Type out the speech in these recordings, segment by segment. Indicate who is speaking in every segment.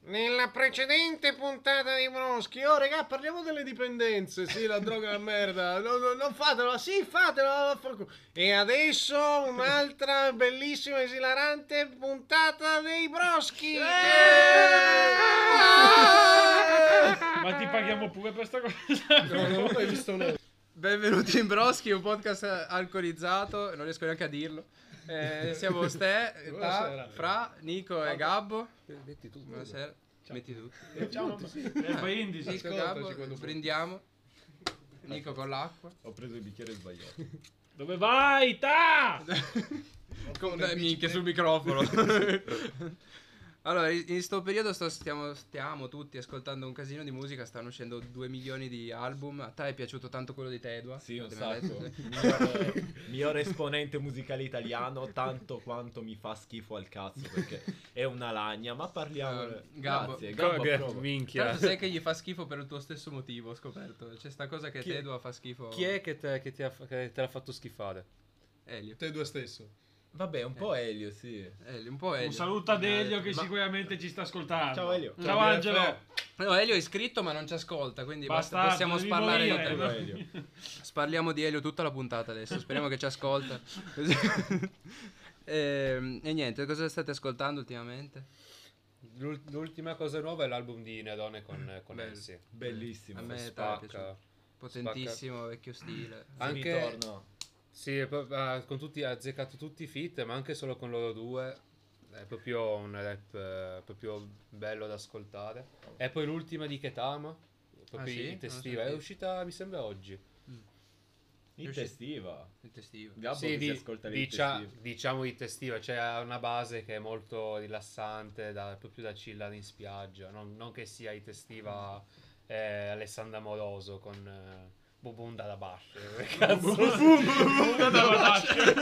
Speaker 1: Nella precedente puntata di Broschi, oh regà, parliamo delle dipendenze. Sì, la droga è una merda. No, no, non fatelo, sì, fatelo. vaffanculo. E adesso un'altra bellissima, esilarante puntata dei Broschi. Ah!
Speaker 2: Ma ti paghiamo pure per sta cosa?
Speaker 3: Benvenuti in Broschi, un podcast alcolizzato, non riesco neanche a dirlo. Eh, siamo Ste, Ta, Fra, Nico e Gabbo. Metti tu. Buonasera. Metti tu.
Speaker 4: Eh,
Speaker 2: È indice.
Speaker 3: Nico, Gabbo, prendiamo. Nico con l'acqua.
Speaker 4: Ho preso il bicchiere sbagliato.
Speaker 2: Dove vai, ta?
Speaker 3: Con dai minchia sul microfono. allora, in questo periodo sto- stiamo, stiamo tutti ascoltando un casino di musica, stanno uscendo 2 milioni di album. A te è piaciuto tanto quello di Tedua?
Speaker 4: Sì, un
Speaker 3: Te me l'hai
Speaker 4: sacco.
Speaker 3: detto.
Speaker 4: Miglior, miglior esponente musicale italiano, tanto quanto mi fa schifo al cazzo perché è una lagna. Ma parliamo.
Speaker 3: Eh, Gabbo.
Speaker 4: Grazie, Gabbo. approvo.
Speaker 3: Tra
Speaker 5: minchia.
Speaker 3: l'altro sai che gli fa schifo per il tuo stesso motivo, ho scoperto. C'è sta cosa che
Speaker 5: Chi-
Speaker 3: Tedua fa schifo.
Speaker 5: Chi è che, te, che ti ha- che te l'ha fatto schifare?
Speaker 3: Elio.
Speaker 6: Te due stesso.
Speaker 4: Vabbè, un
Speaker 3: Eh.
Speaker 4: po' Elio, sì.
Speaker 3: Elio, un po' Elio. Eh,
Speaker 2: Un saluto ad Elio che
Speaker 3: Ma-
Speaker 2: sicuramente ci sta ascoltando.
Speaker 4: Ciao, Elio.
Speaker 2: Ciao,
Speaker 6: Ciao,
Speaker 2: Angelo.
Speaker 6: BFO.
Speaker 3: No, Elio è iscritto ma non ci ascolta, quindi basta,
Speaker 2: Bastardo,
Speaker 3: possiamo
Speaker 2: devi
Speaker 3: sparlare di
Speaker 2: morire.
Speaker 3: te.
Speaker 4: Ciao, Elio.
Speaker 3: Sparliamo di Elio tutta la puntata adesso, speriamo che ci ascolta. Ehm, e, niente, cosa state ascoltando ultimamente?
Speaker 5: L'ul- L'ultima cosa nuova è l'album di Nedone con, con
Speaker 3: Bello.
Speaker 5: Elsie.
Speaker 4: Bellissimo.
Speaker 3: A me
Speaker 4: Sì,
Speaker 3: dai, è
Speaker 5: Spacca.
Speaker 3: piaciuto. Potentissimo, vecchio stile.
Speaker 5: Anche-
Speaker 4: ritorno.
Speaker 5: Sì, è pro- ha, con tutti, ha azzeccato tutti i fit, ma anche solo con loro due. È proprio un rap eh, proprio bello da ascoltare. E poi l'ultima di Ketama, proprio
Speaker 3: Ah, sì?
Speaker 5: intestiva.
Speaker 3: Non lo
Speaker 5: È
Speaker 3: sapevo.
Speaker 5: uscita, mi sembra, oggi.
Speaker 4: In testiva.
Speaker 3: Intestivo.
Speaker 4: Gabbo
Speaker 5: Sì,
Speaker 4: che
Speaker 5: di-
Speaker 4: si ascolta le
Speaker 5: dicia-
Speaker 4: testive.
Speaker 5: diciamo di testiva, cioè ha una base che è molto rilassante, da- proprio da chillare in spiaggia. Non, non che sia di testiva eh, Alessandra Moroso con eh, Bubunda da Basce. Cazzo.
Speaker 2: Bunda da badasce.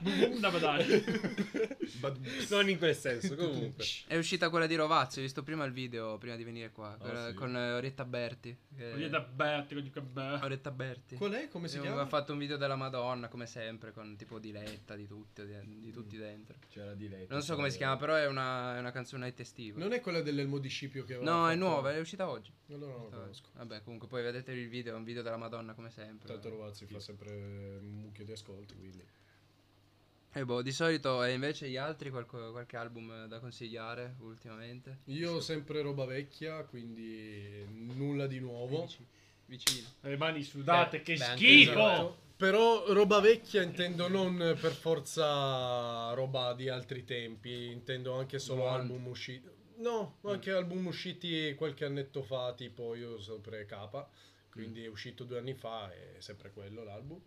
Speaker 2: Bunda badasce.
Speaker 5: Eh. non in quel senso, comunque.
Speaker 3: È uscita quella di Rovazzi, ho visto prima il video, prima di venire qua, quella-
Speaker 4: sì.
Speaker 3: con eh, Orietta Berti. che-
Speaker 2: Voglio da Berti, voglio che be-
Speaker 3: Orietta Berti.
Speaker 6: Qual è? Come si
Speaker 3: Eh,
Speaker 6: chiama?
Speaker 3: Ha fatto un video della Madonna, come sempre, con tipo diletta di tutti, di, di
Speaker 6: Mm.
Speaker 3: tutti dentro.
Speaker 4: C'era di lei.
Speaker 3: Non so come si chiama, però è una, è una canzone night estiva.
Speaker 6: Non è quella dell'elmo di Scipio che aveva
Speaker 3: no, è
Speaker 6: fatto-
Speaker 3: nuova, è uscita oggi.
Speaker 6: Allora non lo
Speaker 3: Uscita oggi.
Speaker 6: conosco.
Speaker 3: Vabbè, comunque poi vedete il video, è un video della Madonna come sempre.
Speaker 6: Tanto Rovazzi fa sempre un mucchio di ascolti, quindi.
Speaker 3: E boh, di solito e invece gli altri qualco- qualche album da consigliare ultimamente.
Speaker 6: Io ho sempre roba vecchia, quindi nulla di nuovo.
Speaker 3: Vici- Vicino.
Speaker 2: Le mani sudate,
Speaker 5: Beh,
Speaker 2: che
Speaker 5: beh, anche
Speaker 2: schifo.
Speaker 5: esatto.
Speaker 6: Però roba vecchia intendo non per forza roba di altri tempi, intendo anche solo
Speaker 3: Buon.
Speaker 6: album usciti. No, anche album usciti qualche annetto fa, tipo io sempre capa, quindi è uscito due anni fa, è sempre quello l'album.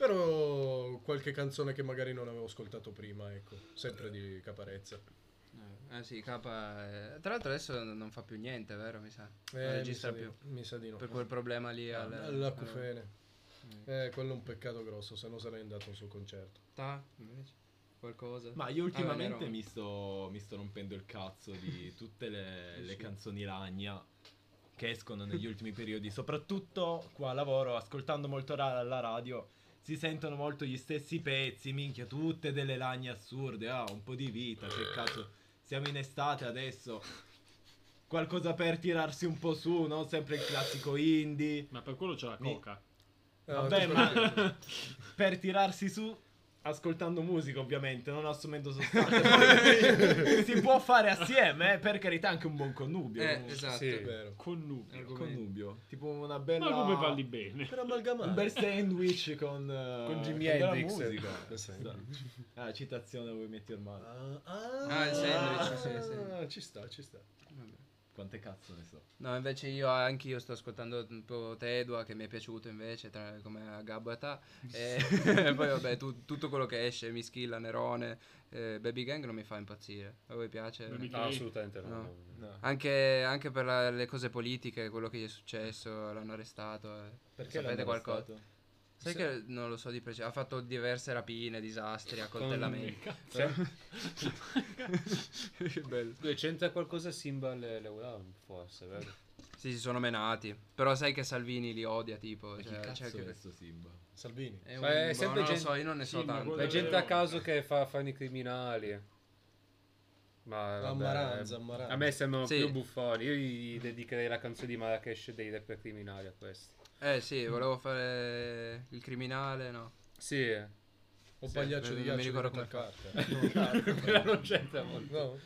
Speaker 6: Però qualche canzone che magari non avevo ascoltato prima, ecco, sempre di caparezza.
Speaker 3: Eh, eh sì, K. eh, Tra l'altro adesso non non fa più niente, vero? Mi sa.
Speaker 6: Eh,
Speaker 3: non registra
Speaker 6: mi sa
Speaker 3: più.
Speaker 6: di- mi sa di no.
Speaker 3: Per quel problema lì al,
Speaker 6: All'acufene. Eh, quello è un peccato grosso, se no sarei andato al suo concerto.
Speaker 3: Ta, invece. Qualcosa.
Speaker 4: Ma io
Speaker 3: Ah,
Speaker 4: ultimamente
Speaker 3: vabbè, no.
Speaker 4: mi, sto, mi sto rompendo il cazzo di tutte le, le canzoni ragna che escono negli ultimi periodi, soprattutto qua a lavoro, ascoltando molto ra- la radio, si sentono molto gli stessi pezzi, minchia, tutte delle lagne assurde, ah, un po' di vita, che cazzo, siamo in estate adesso, qualcosa per tirarsi un po' su, no? Sempre il classico indie,
Speaker 2: Ma per quello c'è la
Speaker 4: Mi-
Speaker 2: coca.
Speaker 6: Ah,
Speaker 4: Vabbè,
Speaker 6: tu-
Speaker 4: ma per tirarsi su ascoltando musica, ovviamente, non assumendo sostanze. si può fare assieme, eh, per carità, anche un buon connubio.
Speaker 3: Eh,
Speaker 4: comunque.
Speaker 3: esatto.
Speaker 6: Sì, è vero.
Speaker 2: Connubio.
Speaker 4: Un Connubio, tipo una bella
Speaker 2: Ma come parli bene?
Speaker 6: Per amalgamare.
Speaker 4: un bel sandwich con eh,
Speaker 6: Con Jimi
Speaker 4: della
Speaker 6: Hendrix.
Speaker 4: musica.
Speaker 6: Bel
Speaker 2: Esatto.
Speaker 6: sandwich.
Speaker 4: Ah, citazione vuoi metti ormai.
Speaker 6: Ah,
Speaker 3: Ah, il sandwich, sì, sì.
Speaker 6: ah, Ci sta, ci sta.
Speaker 3: Vabbè.
Speaker 4: Quante cazzo ne so.
Speaker 3: No, invece io anche io sto ascoltando un po' Tedua che mi è piaciuto invece, tra, come a Gabbata. E poi vabbè, tu- tutto quello che esce, Mischilla, Nerone, eh, Baby Gang non mi fa impazzire. A voi piace?
Speaker 2: Baby Gang.
Speaker 5: No, assolutamente no.
Speaker 3: No.
Speaker 5: no.
Speaker 4: No.
Speaker 3: Anche, anche per la- le cose politiche, quello che gli è successo, l'hanno arrestato. eh. Sapete
Speaker 4: l'hanno
Speaker 3: qualcosa?
Speaker 4: arrestato?
Speaker 3: Sai che non lo so di preciso, ha fatto diverse rapine, disastri, accoltellamenti.
Speaker 5: Cioè,
Speaker 3: Che bello.
Speaker 5: 200 e qualcosa Simbal e Leuram, forse, eh. vero?
Speaker 3: Sì, si sono menati. Però sai che Salvini li odia, tipo.
Speaker 4: Ma
Speaker 3: Cioè,
Speaker 4: chi cazzo
Speaker 3: cioè
Speaker 4: è Cioè,
Speaker 3: che-
Speaker 4: questo Simba?
Speaker 6: Salvini.
Speaker 3: È un-
Speaker 5: Eh,
Speaker 3: boh,
Speaker 5: sempre
Speaker 3: non lo
Speaker 5: gente-
Speaker 3: so, io non ne so
Speaker 2: sì, ma
Speaker 3: tanto.
Speaker 2: quello-
Speaker 5: La gente a caso che fa, fanno i criminali. Ma vabbè,
Speaker 6: Ammaranza, ammaranza.
Speaker 5: A me sembrano
Speaker 3: Sì.
Speaker 5: più buffoni. Io gli dedicherei la canzone di Marrakesh dei rapper criminali a questi.
Speaker 3: Eh sì, volevo fare il criminale, no.
Speaker 5: Sì,
Speaker 6: O pagliaccio
Speaker 3: non
Speaker 6: di
Speaker 3: mi
Speaker 6: ghiaccio
Speaker 3: ricordo come
Speaker 6: di
Speaker 3: fa.
Speaker 6: carta.
Speaker 5: quella non c'entra molto.
Speaker 6: No.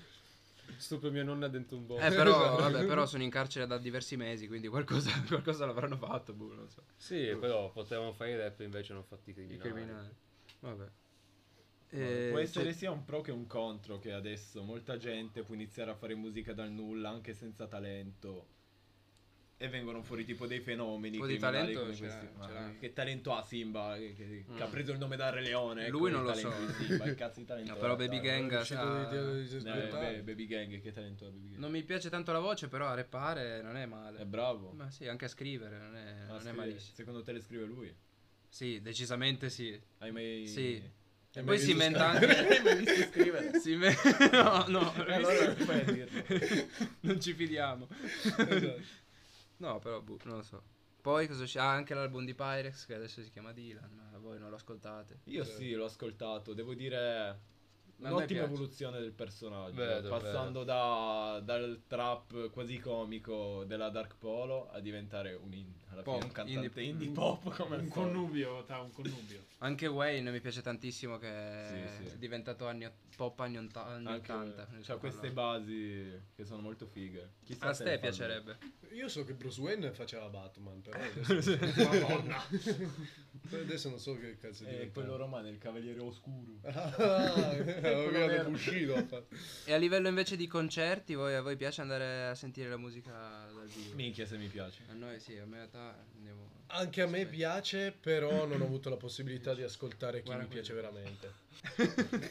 Speaker 5: Stupro mia nonna dentro
Speaker 4: Oh.
Speaker 5: un bosco.
Speaker 3: Eh però, vabbè, però sono in carcere da diversi mesi, quindi qualcosa, qualcosa l'avranno fatto, boh, non so.
Speaker 5: Sì, però potevamo fare i rap invece non fatti i
Speaker 3: I
Speaker 5: criminali.
Speaker 3: criminali. Vabbè. Eh,
Speaker 4: Può essere
Speaker 3: cioè,
Speaker 4: sia un pro che un contro che adesso molta gente può iniziare a fare musica dal nulla anche senza talento e vengono fuori tipo dei fenomeni.
Speaker 3: Un po' di
Speaker 4: criminali
Speaker 3: talento
Speaker 4: come
Speaker 3: ce l'ha-
Speaker 4: questi.
Speaker 3: ce
Speaker 4: Ma
Speaker 3: l'ha.
Speaker 4: Che talento ha Simba che, che- che
Speaker 3: Mm.
Speaker 4: ha preso il nome da Re Leone? ecco
Speaker 3: Lui
Speaker 4: il
Speaker 3: non lo
Speaker 4: talento
Speaker 3: so.
Speaker 4: di Simba, il cazzo di talento
Speaker 3: No, però
Speaker 4: è,
Speaker 3: Baby
Speaker 4: dai.
Speaker 3: Gang
Speaker 6: È uscito
Speaker 3: ha-
Speaker 6: di- di- di-
Speaker 4: Eh,
Speaker 6: di-
Speaker 4: beh, Baby Gang, che talento ha Baby Gang?
Speaker 3: non mi piace tanto la voce, però a repare non è male.
Speaker 4: È bravo.
Speaker 3: Ma sì, anche a scrivere non è,
Speaker 4: Ah,
Speaker 3: non è
Speaker 4: scrive-
Speaker 3: malissimo.
Speaker 4: Secondo te le scrive lui?
Speaker 3: Sì, decisamente sì.
Speaker 4: Hai mai...
Speaker 3: Sì. E
Speaker 6: mai
Speaker 3: poi si
Speaker 6: visto
Speaker 3: inventa
Speaker 4: Hai mai
Speaker 3: anche...
Speaker 4: visto scrivere?
Speaker 3: si inve- no, no,
Speaker 4: Eh, allora non
Speaker 3: visto-
Speaker 4: puoi dirlo. Esatto.
Speaker 3: non ci fidiamo. no, però boh, non lo so. Poi cosa c'è? Ah, anche l'album di Pyrex che adesso si chiama Dylan, ma voi non lo ascoltate.
Speaker 4: Io sì, l'ho ascoltato, devo dire
Speaker 3: Ma Eh. a me
Speaker 4: un'ottima
Speaker 3: piace.
Speaker 4: evoluzione del personaggio,
Speaker 5: Vedo,
Speaker 4: passando da- dal trap quasi comico della Dark Polo a diventare un, in- alla fine
Speaker 3: Pop,
Speaker 4: un cantante
Speaker 3: indie-
Speaker 4: indie, pop come
Speaker 2: Un
Speaker 4: al solito.
Speaker 2: connubio, ta, un connubio.
Speaker 3: Anche Wayne mi piace tantissimo che
Speaker 4: Sì, sì.
Speaker 3: è diventato anni ott- pop anni, ont- anni
Speaker 4: Anche
Speaker 3: 80. non
Speaker 4: c'ha
Speaker 3: so
Speaker 4: queste
Speaker 3: parlare.
Speaker 4: basi che sono molto fighe. Chissà
Speaker 3: A
Speaker 4: se ne
Speaker 3: ste
Speaker 4: fanno.
Speaker 3: piacerebbe.
Speaker 6: Io so che Bruce Wayne faceva Batman, però adesso,
Speaker 2: Madonna.
Speaker 6: però adesso non so che cazzo
Speaker 4: E
Speaker 6: di
Speaker 4: Eh, quello romano, il cavaliere oscuro.
Speaker 6: Avevo creato Bushido.
Speaker 3: E a livello invece di concerti, voi, a voi piace andare a sentire la musica dal vivo?
Speaker 4: Minchia se mi piace.
Speaker 3: A noi sì, a me a ta- andiamo.
Speaker 6: Anche a me
Speaker 3: Aspetta.
Speaker 6: piace, però non ho avuto la possibilità di ascoltare chi
Speaker 3: Guarda
Speaker 6: mi piace
Speaker 3: quello.
Speaker 6: veramente.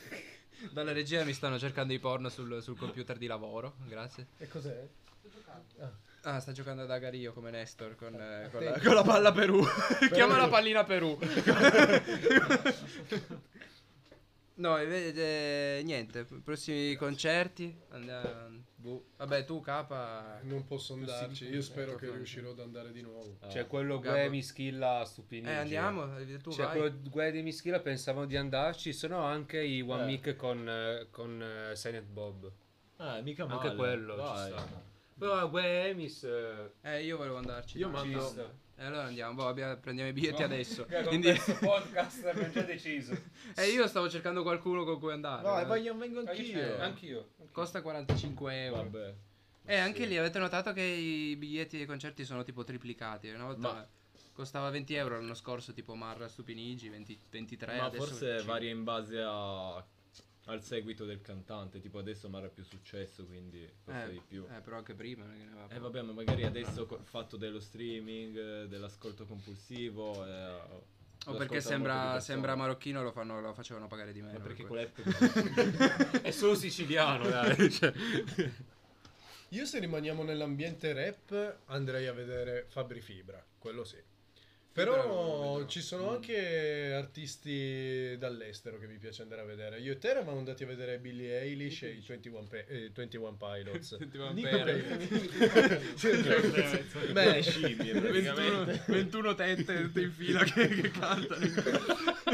Speaker 3: Dalla regia mi stanno cercando i porno sul, sul computer di lavoro, grazie.
Speaker 6: E cos'è?
Speaker 3: Ah, sta giocando ad Agario come Nestor con,
Speaker 4: Ah,
Speaker 3: eh, con la, con la palla Perù. Chiama la pallina Perù. no, e ve- eh, niente, prossimi concerti. Andiamo. boh. Vabbè, tu capa.
Speaker 6: Non posso andarci, io spero che
Speaker 3: Tocca.
Speaker 6: riuscirò ad andare di nuovo.
Speaker 5: C'è Ah. Cioè, quello
Speaker 3: Gabbo.
Speaker 5: Gue Mischilla stupinito.
Speaker 3: Eh, andiamo, eh, tu
Speaker 5: C'è
Speaker 3: vai.
Speaker 5: Cioè, quello Gue di Mischilla, pensavano di andarci, sono anche i One
Speaker 4: Eh.
Speaker 5: Mic con, eh, con eh, Silent Bob.
Speaker 4: Ah, mica male.
Speaker 5: Anche quello
Speaker 4: Vai.
Speaker 5: ci sta. Però Gue Emis... eh,
Speaker 3: Eh, io volevo andarci.
Speaker 4: Io
Speaker 3: dai.
Speaker 4: mando-
Speaker 5: ci sta.
Speaker 3: E allora andiamo, boh, abbiamo- prendiamo i biglietti adesso.
Speaker 5: Raga, con
Speaker 3: Quindi-
Speaker 5: questo podcast abbiamo già deciso.
Speaker 3: eh, io stavo cercando qualcuno con cui andare.
Speaker 4: Vai,
Speaker 3: eh.
Speaker 4: voglio, vengo
Speaker 5: Ma chi c'è? eh.
Speaker 4: anch'io.
Speaker 5: Anch'io.
Speaker 3: Costa 45 euro.
Speaker 4: Eh, Vabbè.
Speaker 3: E Eh, anche lì avete notato che i biglietti dei concerti sono tipo triplicati. Una volta
Speaker 4: Ma-
Speaker 3: costava 20 euro l'anno scorso, tipo Marra Stupinigi, 20 23.
Speaker 4: Ma
Speaker 3: adesso
Speaker 4: forse
Speaker 3: 25.
Speaker 4: varia in base a- al seguito del cantante. Tipo adesso Mara ha più successo, quindi forse di
Speaker 3: eh,
Speaker 4: più.
Speaker 3: eh, però anche prima. non è che ne aveva
Speaker 4: Eh
Speaker 3: poco.
Speaker 4: vabbè, ma magari adesso col fatto dello streaming, eh, dell'ascolto compulsivo. eh,
Speaker 3: o
Speaker 4: lo
Speaker 3: perché
Speaker 4: ascoltano molte più
Speaker 3: sembra,
Speaker 4: persone.
Speaker 3: sembra marocchino lo, fanno, lo facevano pagare di meno.
Speaker 4: Ma perché
Speaker 3: per
Speaker 4: con
Speaker 3: quello.
Speaker 4: l'app
Speaker 5: È solo siciliano, dai. Cioè,
Speaker 6: Io se rimaniamo nell'ambiente rap andrei a vedere Fabri Fibra, quello sì.
Speaker 3: non lo
Speaker 6: Però
Speaker 3: vedrò.
Speaker 6: ci sono anche artisti dall'estero che mi piace andare a vedere. Io e te eravamo andati a vedere Billie Eilish e i 21, Pi- eh, 21 Pilots.
Speaker 3: Sentivamo
Speaker 4: Nico
Speaker 3: bene.
Speaker 6: Beh,
Speaker 4: le scimmie
Speaker 3: 21,
Speaker 4: praticamente.
Speaker 3: 21 tette tutte in fila che, che cantano.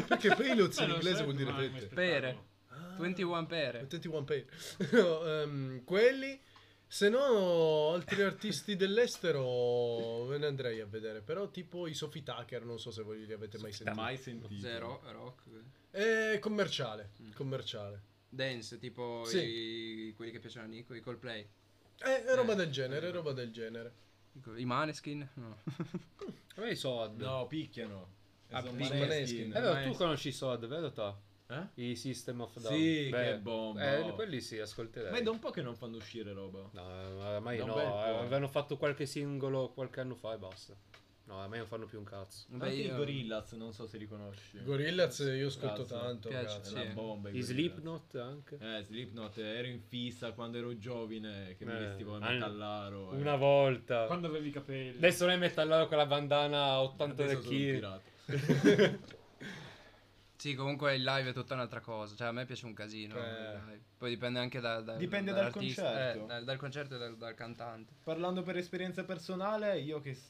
Speaker 6: Perché Pilots
Speaker 2: Eh,
Speaker 6: in
Speaker 2: lo
Speaker 6: inglese
Speaker 2: sai,
Speaker 6: vuol dire
Speaker 2: ma è uno
Speaker 6: tette.
Speaker 3: Pere.
Speaker 4: Ah,
Speaker 6: Ah,
Speaker 3: 21 pere.
Speaker 6: 21 Pilots. No, ehm, quelli. Se no, altri artisti dell'estero me ne andrei a vedere. Però tipo i Sophie Tucker, non so se voi li avete mai sentiti.
Speaker 4: mai sentito.
Speaker 3: Zero, rock.
Speaker 6: È commerciale, commerciale.
Speaker 3: Dance, tipo
Speaker 6: Sì.
Speaker 3: i- quelli che piacciono a Nico, i Coldplay.
Speaker 6: È è roba
Speaker 3: Eh,
Speaker 6: del genere,
Speaker 3: eh.
Speaker 6: è roba del genere.
Speaker 3: I Maneskin? No.
Speaker 5: a me i Sod.
Speaker 4: No, picchiano.
Speaker 6: Ah,
Speaker 4: Sono
Speaker 6: picchiano.
Speaker 4: Maneskin.
Speaker 5: Eh, beh, tu conosci i Sod, vero ta?
Speaker 4: Eh?
Speaker 5: I System of Down.
Speaker 4: Sì, che
Speaker 5: Beh,
Speaker 4: bomba.
Speaker 5: Eh, quelli sì, ascolterei.
Speaker 4: Ma è da un po' che non fanno uscire roba.
Speaker 5: No, eh, ormai
Speaker 4: Da un
Speaker 5: no,
Speaker 4: bel
Speaker 5: eh,
Speaker 4: po'.
Speaker 5: avevano fatto qualche singolo qualche anno fa e basta. No, ormai non fanno più un cazzo.
Speaker 3: Vabbè,
Speaker 4: Anche i
Speaker 3: io-
Speaker 4: Gorillaz, non so se li conosci.
Speaker 6: Gorillaz io ascolto
Speaker 4: Grazie.
Speaker 6: tanto,
Speaker 3: Piace,
Speaker 4: È
Speaker 6: ragazzi.
Speaker 4: una
Speaker 3: Sì.
Speaker 4: bomba.
Speaker 5: I
Speaker 4: Gorillaz.
Speaker 5: Slipknot anche.
Speaker 4: Eh, Slipknot, ero in fissa quando ero giovane, che mi
Speaker 5: Eh,
Speaker 4: vestivo da
Speaker 5: anni-
Speaker 4: metallaro. eh.
Speaker 5: Una volta.
Speaker 2: Quando avevi i capelli.
Speaker 5: Adesso lei metallaro con la bandana a 80
Speaker 4: Adesso
Speaker 5: del
Speaker 4: sono un
Speaker 5: chilo.
Speaker 4: pirata.
Speaker 3: Sì, comunque il live è tutta un'altra cosa. Cioè, a me piace un casino.
Speaker 4: Eh.
Speaker 3: il live. Poi dipende anche da, da-
Speaker 4: Dipende dal
Speaker 3: dall'artista,
Speaker 4: concerto.
Speaker 3: eh, dal, dal concerto e dal, dal cantante.
Speaker 4: Parlando per esperienza personale, io che s-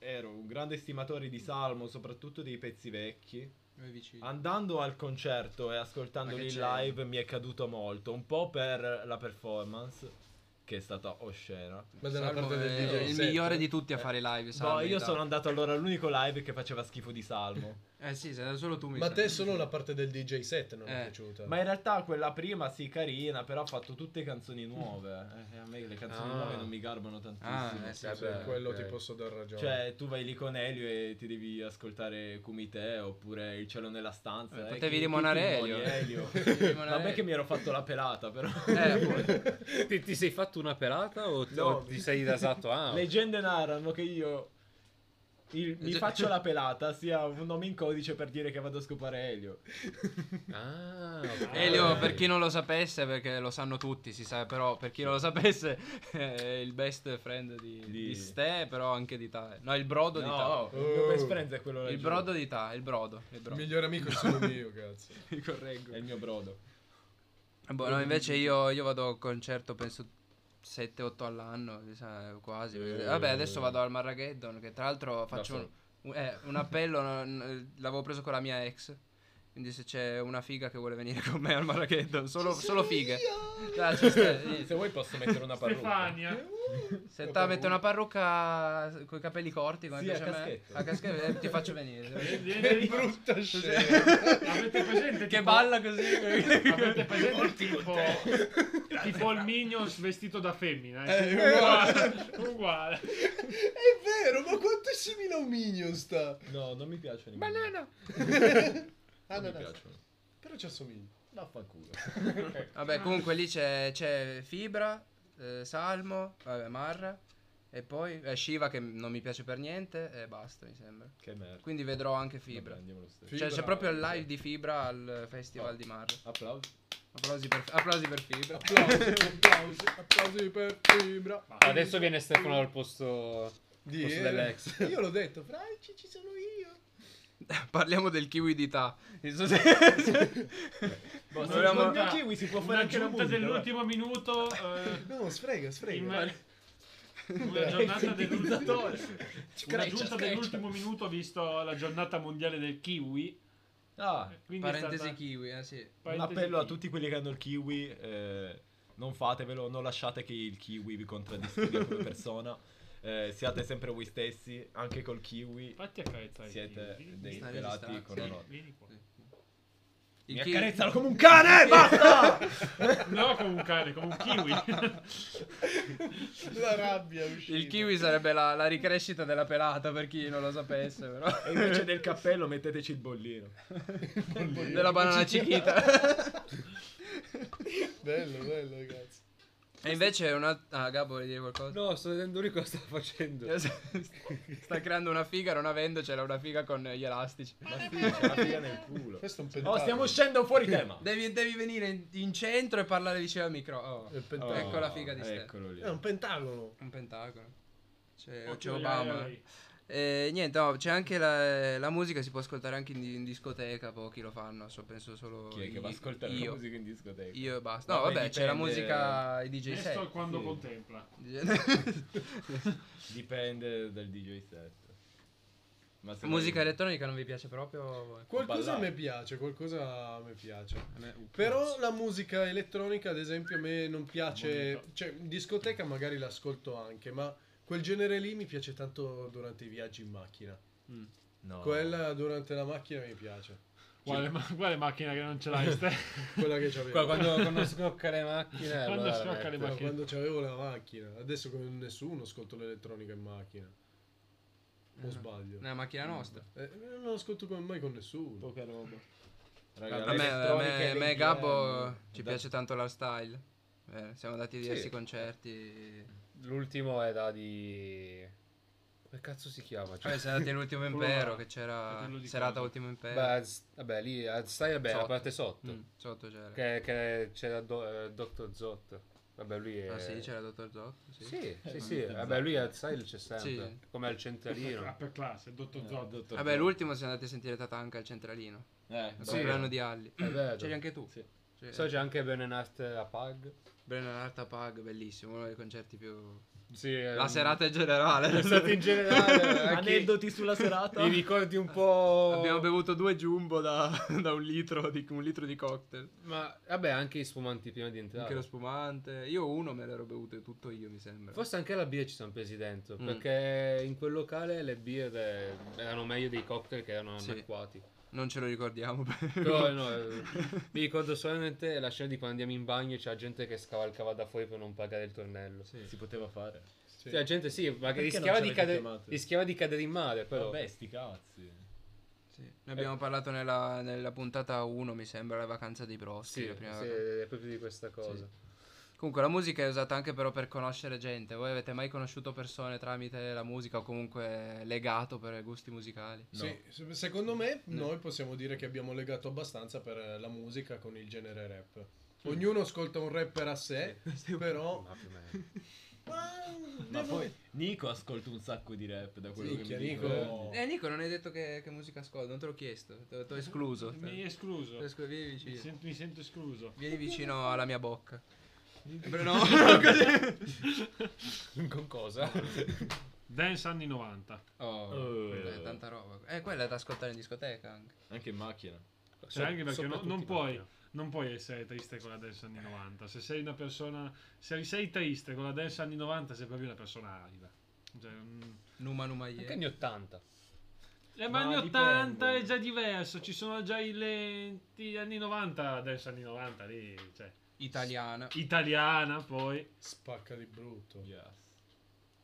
Speaker 4: ero un grande stimatore di Salmo, soprattutto dei pezzi vecchi,
Speaker 3: Noi vicini.
Speaker 4: Andando al concerto e ascoltandoli
Speaker 3: Ma che
Speaker 4: in
Speaker 3: c'è?
Speaker 4: live mi è caduto molto, un po' per la performance che è stata oscena.
Speaker 6: Ma dalla
Speaker 3: Salmo
Speaker 6: parte del
Speaker 3: è
Speaker 6: DJ
Speaker 3: il
Speaker 6: set. Boh,
Speaker 3: migliore di tutti a fare i live. Salmo,
Speaker 4: No,
Speaker 3: in
Speaker 4: io
Speaker 3: realtà.
Speaker 4: sono andato allora all'unico live che faceva schifo di Salmo.
Speaker 3: Eh sì, sei solo tu. mi
Speaker 6: Ma a
Speaker 3: sa.
Speaker 6: te solo la parte del DJ set non è
Speaker 3: Eh,
Speaker 6: piaciuta.
Speaker 4: Ma in realtà quella prima sì, carina, però ha fatto tutte canzoni nuove. Eh, a me le canzoni
Speaker 5: Ah.
Speaker 4: nuove non mi garbano tantissimo.
Speaker 3: Ah, eh sì,
Speaker 6: Sì, sì,
Speaker 5: Vabbè,
Speaker 6: Cioè, quello
Speaker 5: ok.
Speaker 6: ti posso dar ragione.
Speaker 4: Cioè, tu vai lì con Elio e ti devi ascoltare Kumite oppure Il cielo nella stanza.
Speaker 3: Eh,
Speaker 4: eh,
Speaker 3: potevi
Speaker 4: chi-
Speaker 3: limonare
Speaker 4: tutti limoni
Speaker 3: Elio.
Speaker 4: Elio.
Speaker 3: Potevi limonare
Speaker 4: Vabbè
Speaker 3: Elio.
Speaker 4: che mi ero fatto la pelata, però.
Speaker 3: Eh, appunto.
Speaker 5: Ti, ti sei fatto una pelata o,
Speaker 4: No.
Speaker 5: o ti sei rasato? Ah,
Speaker 4: Leggende narrano che io il- mi
Speaker 3: Già-
Speaker 4: faccio la pelata sia un nome in codice per dire che vado a scopare Elio.
Speaker 5: ah ok.
Speaker 3: Elio,
Speaker 6: Eh.
Speaker 3: per chi non lo sapesse, perché lo sanno tutti, si sa, però per chi non lo sapesse, è il best friend di,
Speaker 4: Di-
Speaker 3: di Ste, però anche di Tae. No, il brodo di
Speaker 4: No,
Speaker 3: Tae.
Speaker 4: il mio best
Speaker 6: Oh.
Speaker 4: friend è quello
Speaker 3: Il
Speaker 4: laggiù.
Speaker 3: brodo di Tae, il brodo. Il
Speaker 6: il
Speaker 3: brodo.
Speaker 6: migliore amico sono io, cazzo.
Speaker 3: Mi correggo.
Speaker 4: È il mio brodo.
Speaker 3: Boh, no, invece io, io vado al concerto, penso 7-8 all'anno, mi sa, quasi.
Speaker 4: Eh.
Speaker 3: Vabbè, adesso vado al Marrageddon, che tra l'altro faccio un,
Speaker 4: solo.
Speaker 3: un- eh, un appello, no, n- l'avevo preso con la mia ex. Quindi se c'è una figa che vuole venire con me al Marrageddon, solo, solo fighe. Dai, ci sta, sì.
Speaker 4: Se vuoi posso mettere una parrucca.
Speaker 2: Stefania.
Speaker 3: Se te mette una parrucca con i capelli corti, come
Speaker 4: Sì,
Speaker 3: piace
Speaker 4: a
Speaker 3: a me,
Speaker 4: caschetto.
Speaker 3: a caschetto, eh, ti faccio venire.
Speaker 2: Viene lì-
Speaker 6: Brutta scena.
Speaker 2: Avete presente?
Speaker 3: che
Speaker 2: tipo-
Speaker 3: balla così.
Speaker 2: Avete presente tipo, tipo il Minions vestito da femmina?
Speaker 6: Eh,
Speaker 2: Eh, uguale. uguale.
Speaker 6: È vero, ma quanto è simile a un Minion sta.
Speaker 4: No, non mi piace nemmeno.
Speaker 6: Banana.
Speaker 4: Non mi
Speaker 6: Ananas.
Speaker 4: piacciono.
Speaker 6: Ah, Però ci assomiglia.
Speaker 4: Vaffanculo.
Speaker 3: Vabbè, comunque lì c'è, c'è Fibra, eh, Salmo, vabbè, Marra e poi eh, Shiva che non mi piace per niente e basta, mi sembra.
Speaker 4: Che merda.
Speaker 3: Quindi vedrò anche Fibra.
Speaker 4: Vabbè, andiamo lo stesso.
Speaker 3: Cioè, c'è
Speaker 6: Fibra-
Speaker 3: proprio il live di Fibra al festival
Speaker 4: Oh.
Speaker 3: di Marra.
Speaker 4: Applausi.
Speaker 3: Applausi per, applausi per Fibra.
Speaker 6: Applausi, applausi, applausi per Fibra.
Speaker 5: Adesso viene Stefano al posto,
Speaker 6: Di-
Speaker 5: posto dell'ex.
Speaker 6: Io l'ho detto, Franci, ci sono io.
Speaker 3: Parliamo del kiwi di Ta. Non so se-
Speaker 4: Boh, se
Speaker 3: Volevamo-
Speaker 4: il mio kiwi si può fare
Speaker 2: Una
Speaker 4: anche la
Speaker 2: giunta
Speaker 4: musica. guarda.
Speaker 2: dell'ultimo minuto. eh,
Speaker 6: No, sfrega,
Speaker 2: in
Speaker 6: sfrega.
Speaker 2: me- una giornata dell'ultimo una giunta dell'ultimo minuto ho visto la giornata mondiale del kiwi
Speaker 4: Ah,
Speaker 2: quindi è
Speaker 3: Parentesi
Speaker 2: stata-
Speaker 3: kiwi, eh sì.
Speaker 4: un
Speaker 2: Eh, parentesi
Speaker 4: appello a
Speaker 2: kiwi.
Speaker 4: tutti quelli che hanno il kiwi. eh, non fatevelo, non lasciate che il kiwi vi contraddistinga come persona. Eh, siate sempre voi stessi, anche col kiwi.
Speaker 2: fatti accarezzare il
Speaker 4: Siete
Speaker 2: kiwi. Vieni-
Speaker 4: dei
Speaker 3: Sta
Speaker 4: pelati
Speaker 3: registrando,
Speaker 4: con
Speaker 3: sì.
Speaker 4: onore.
Speaker 2: vieni qua.
Speaker 3: Il
Speaker 4: Mi
Speaker 3: kiwi-
Speaker 4: accarezzalo come un cane! Basta!
Speaker 2: no come un cane come un kiwi
Speaker 6: La rabbia è uscita.
Speaker 3: Il kiwi sarebbe la, la ricrescita della pelata per chi non lo sapesse, però.
Speaker 4: e invece del cappello metteteci il bollino.
Speaker 3: Della banana chiquita.
Speaker 6: Bello, bello, ragazzi.
Speaker 3: E invece un altro... Ah, Gabbo vuole dire qualcosa?
Speaker 5: No, sto vedendo lui cosa sta facendo.
Speaker 3: Sta creando una figa non avendocela, una figa con gli elastici.
Speaker 4: Ma sì, c'è la figa nel culo.
Speaker 6: Questo è un
Speaker 4: Oh,
Speaker 6: pentacolo.
Speaker 4: stiamo uscendo fuori tema.
Speaker 3: Devi, devi venire in, in centro e parlare vicino al micro. Oh,
Speaker 6: È un
Speaker 4: Oh,
Speaker 6: pentacolo.
Speaker 3: Ecco la figa di Stefano.
Speaker 4: Eccolo lì.
Speaker 6: È un pentagono.
Speaker 3: Un pentagono. C'è, c'è
Speaker 2: Occhio agli
Speaker 3: Obama.
Speaker 2: aerei.
Speaker 3: Eh, niente, no, c'è anche la, la musica, si può ascoltare anche in, in discoteca, pochi lo fanno, so, penso solo
Speaker 4: Chi è che
Speaker 3: io-
Speaker 4: va a ascoltare
Speaker 3: io.
Speaker 4: la musica in discoteca?
Speaker 3: Io e basta. No,
Speaker 4: Vabbè,
Speaker 3: vabbè, c'è la
Speaker 4: dipende-
Speaker 3: musica i DJ
Speaker 2: Questo è
Speaker 3: set.
Speaker 2: quando
Speaker 4: Sì.
Speaker 2: contempla
Speaker 4: Dipende dal DJ set. Ma se
Speaker 3: musica
Speaker 4: vai-
Speaker 3: elettronica non vi piace proprio?
Speaker 6: Qualcosa
Speaker 4: Ballare.
Speaker 6: mi piace, qualcosa mi piace.
Speaker 3: A me- uh,
Speaker 6: Però la musica elettronica, ad esempio, a me non piace. Cioè, in discoteca magari l'ascolto anche, ma quel genere lì mi piace tanto durante i viaggi in macchina.
Speaker 4: No.
Speaker 6: Quella durante la macchina mi piace.
Speaker 2: quale, ma- quale macchina che non ce l'hai Ste?
Speaker 6: Quella che c'avevo.
Speaker 5: Qua, quando, quando scocca le macchine.
Speaker 2: Quando
Speaker 5: allora
Speaker 2: scocca
Speaker 5: mette.
Speaker 2: le
Speaker 6: Però
Speaker 2: macchine.
Speaker 6: quando c'avevo la macchina. Adesso come nessuno ascolto l'elettronica in macchina.
Speaker 3: Eh.
Speaker 6: O sbaglio?
Speaker 3: Nella macchina nostra.
Speaker 6: Eh, non ascolto come mai con nessuno.
Speaker 4: Poca roba.
Speaker 3: A
Speaker 4: Raga,
Speaker 3: me,
Speaker 4: la
Speaker 3: a
Speaker 4: elettronica
Speaker 3: me,
Speaker 4: e
Speaker 3: a
Speaker 4: le
Speaker 3: me e Gabbo
Speaker 4: EDM.
Speaker 3: ci
Speaker 4: Da-
Speaker 3: piace tanto l'hardstyle. Eh, siamo andati a diversi
Speaker 4: Sì.
Speaker 3: concerti.
Speaker 5: L'ultimo è da di. Come cazzo si chiama? Cioè,
Speaker 3: Vabbè, siamo andati all'ultimo
Speaker 2: Quello
Speaker 3: impero,
Speaker 2: là.
Speaker 3: che c'era
Speaker 2: Fratello di
Speaker 3: serata
Speaker 2: cosa?
Speaker 3: ultimo impero.
Speaker 5: beh, Az- vabbè, lì Az- stai vabbè, la
Speaker 3: Sotto.
Speaker 5: parte sotto.
Speaker 3: Mm, sotto c'era.
Speaker 5: Che, che c'era Do- eh, Dr. Zot. Vabbè, lui è.
Speaker 3: Ah sì, c'era Dottor Zotto. Sì.
Speaker 5: Sì, sì,
Speaker 4: Eh,
Speaker 5: sì.
Speaker 4: Dr.
Speaker 5: Vabbè, lui è Sile c'è sempre.
Speaker 3: Sì.
Speaker 5: Come al centralino.
Speaker 2: upper class Ah, il dottor
Speaker 4: Eh,
Speaker 2: Zod
Speaker 4: dottor
Speaker 3: Vabbè,
Speaker 4: Zod.
Speaker 3: l'ultimo siamo andati a sentire Tatanka al centralino.
Speaker 4: Eh,
Speaker 3: Al
Speaker 5: Sì.
Speaker 4: sì.
Speaker 3: compleanno di Alli.
Speaker 5: È vero.
Speaker 3: C'eri anche tu.
Speaker 4: Sì.
Speaker 3: Cioè,
Speaker 5: So c'è anche Benenart a Pug.
Speaker 3: Brennan Art Pug, bellissimo, uno dei concerti più...
Speaker 6: Sì, eh,
Speaker 3: La serata in generale.
Speaker 6: è stata in generale. anche-
Speaker 4: Aneddoti sulla serata.
Speaker 6: Mi ricordi un po'.
Speaker 3: Abbiamo bevuto due jumbo da, da un, litro di, un litro di cocktail.
Speaker 5: Ma vabbè, anche i spumanti prima di entrare.
Speaker 3: Anche lo spumante. Io uno me l'ero bevuto tutto io, mi sembra.
Speaker 5: Forse anche la birra ci sono presi dentro.
Speaker 3: Mm.
Speaker 5: Perché in quel locale le birre erano meglio dei cocktail che erano
Speaker 3: Sì.
Speaker 5: anacquati.
Speaker 3: Non ce lo ricordiamo.
Speaker 5: Però no, eh, mi ricordo solamente la scena di quando andiamo in bagno e c'è gente che scavalcava da fuori per non pagare il tornello. Sì.
Speaker 4: Si poteva fare.
Speaker 5: Cioè, la gente sì, ma
Speaker 4: Perché
Speaker 5: che rischiava
Speaker 4: non ci
Speaker 5: di,
Speaker 4: avete
Speaker 5: cadere-
Speaker 4: chiamato?
Speaker 5: rischiava di cadere in mare, però.
Speaker 4: Vabbè, sti cazzi.
Speaker 3: Sì. Ne abbiamo
Speaker 5: Eh.
Speaker 3: parlato nella, nella puntata 1, mi sembra, la vacanza dei Broschi.
Speaker 5: Sì,
Speaker 3: la prima
Speaker 5: sì,
Speaker 3: vacanza.
Speaker 5: è proprio di questa cosa.
Speaker 3: Comunque la musica è usata anche però per conoscere gente. Voi avete mai conosciuto persone tramite la musica o comunque legato per gusti musicali?
Speaker 6: Sì, se- secondo me
Speaker 3: Mm.
Speaker 6: noi possiamo dire che abbiamo legato abbastanza per eh, la musica con il genere rap. Ognuno ascolta un rapper a sé, però...
Speaker 5: Ma più o meno.
Speaker 4: Ma poi Nico ascolta un sacco di rap da quello
Speaker 6: Minchia,
Speaker 4: che mi
Speaker 6: Nico.
Speaker 4: dico.
Speaker 3: Eh Nico, non hai detto che, che musica ascolta, non te l'ho chiesto, te te l'ho escluso.
Speaker 2: Mi è
Speaker 3: Te-
Speaker 2: escluso.
Speaker 3: te- esclu- Vieni
Speaker 2: Mi
Speaker 3: vicino.
Speaker 2: sento, mi sento escluso.
Speaker 3: Vieni vicino alla mia bocca. No, così.
Speaker 5: Con cosa?
Speaker 2: Dance anni 90.
Speaker 5: Oh.
Speaker 3: Eh,
Speaker 4: Eh,
Speaker 3: Tanta roba. Eh, quella è da ascoltare in discoteca anche.
Speaker 4: Anche in macchina.
Speaker 2: Cioè, anche perché no-
Speaker 5: soprattutto
Speaker 2: non
Speaker 5: in
Speaker 2: puoi.
Speaker 5: macchina.
Speaker 2: Non puoi essere triste con la dance anni 90. Se sei una persona. Se sei triste con la dance anni 90, sei proprio una persona arida. Cioè, mm.
Speaker 3: Numa Numa Ye.
Speaker 5: Anche anni 80.
Speaker 2: Eh,
Speaker 4: Ma
Speaker 2: ma anni
Speaker 4: dipende.
Speaker 2: 80 è già diverso. Ci sono già i lenti anni 90, adesso anni 90 lì. Cioè,
Speaker 3: Italiana.
Speaker 2: italiana poi.
Speaker 6: Spacca di brutto.
Speaker 4: Yes.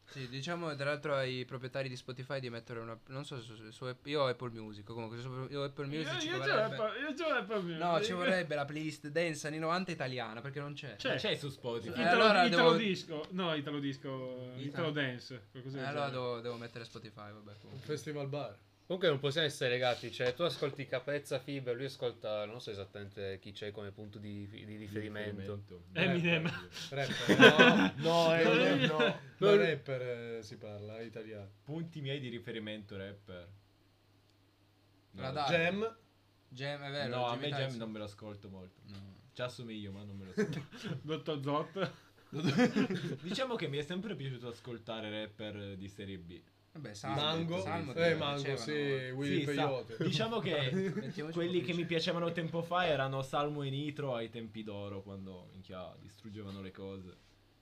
Speaker 3: Sì, diciamo tra l'altro ai proprietari di Spotify di mettere una... Non so se su, su App- io ho Apple Music, comunque su io ho Apple Music ci
Speaker 2: io, io, ce
Speaker 3: vorrebbe...
Speaker 2: l'ho- io ce l'ho proprio.
Speaker 3: No, ci vorrebbe la playlist dance anni 90 italiana perché non c'è.
Speaker 2: C'è.
Speaker 4: C'è su Spotify.
Speaker 3: Eh,
Speaker 2: Cioè, Italo,
Speaker 3: allora
Speaker 2: Italo
Speaker 3: devo-
Speaker 2: disco. No, Italo disco.
Speaker 3: Italo-
Speaker 2: Italo, dance. qualcosa
Speaker 3: Eh,
Speaker 2: del
Speaker 3: allora
Speaker 2: genere.
Speaker 3: devo, devo mettere Spotify, vabbè.
Speaker 6: Un
Speaker 3: comunque.
Speaker 6: festival bar.
Speaker 5: Comunque non possiamo essere legati, cioè tu ascolti Caprezza Fiber, lui ascolta, non so esattamente chi c'è come punto di, di riferimento.
Speaker 2: Eminem.
Speaker 6: Rapper.
Speaker 4: No,
Speaker 6: No,
Speaker 2: eh,
Speaker 6: no,
Speaker 4: Eminem.
Speaker 2: eh.
Speaker 6: no, no, rapper eh, si parla italiano.
Speaker 4: Punti miei di riferimento rapper.
Speaker 3: La
Speaker 4: No,
Speaker 3: dai.
Speaker 6: Jam,
Speaker 3: Jam, è vero.
Speaker 4: Eh, No, a
Speaker 3: Jimmy
Speaker 4: me Jam
Speaker 3: Tyson.
Speaker 4: non me lo ascolto molto.
Speaker 3: No.
Speaker 4: Ci assomiglio, ma non me lo ascolto.
Speaker 2: Dottor Zot.
Speaker 4: diciamo che mi è sempre piaciuto ascoltare rapper di serie B.
Speaker 3: Vabbè, Salmo.
Speaker 6: Mango,
Speaker 3: Ah, Salmo te
Speaker 6: eh,
Speaker 3: lo
Speaker 6: Mango,
Speaker 3: dicevano.
Speaker 6: sì, Willy
Speaker 4: Sì, sa-
Speaker 6: Peyote.
Speaker 4: diciamo che
Speaker 3: Mettiamoci proprio
Speaker 4: quelli che mi
Speaker 3: vicino.
Speaker 4: piacevano tempo fa erano Salmo e Nitro ai tempi d'oro, quando minchia, distruggevano le cose.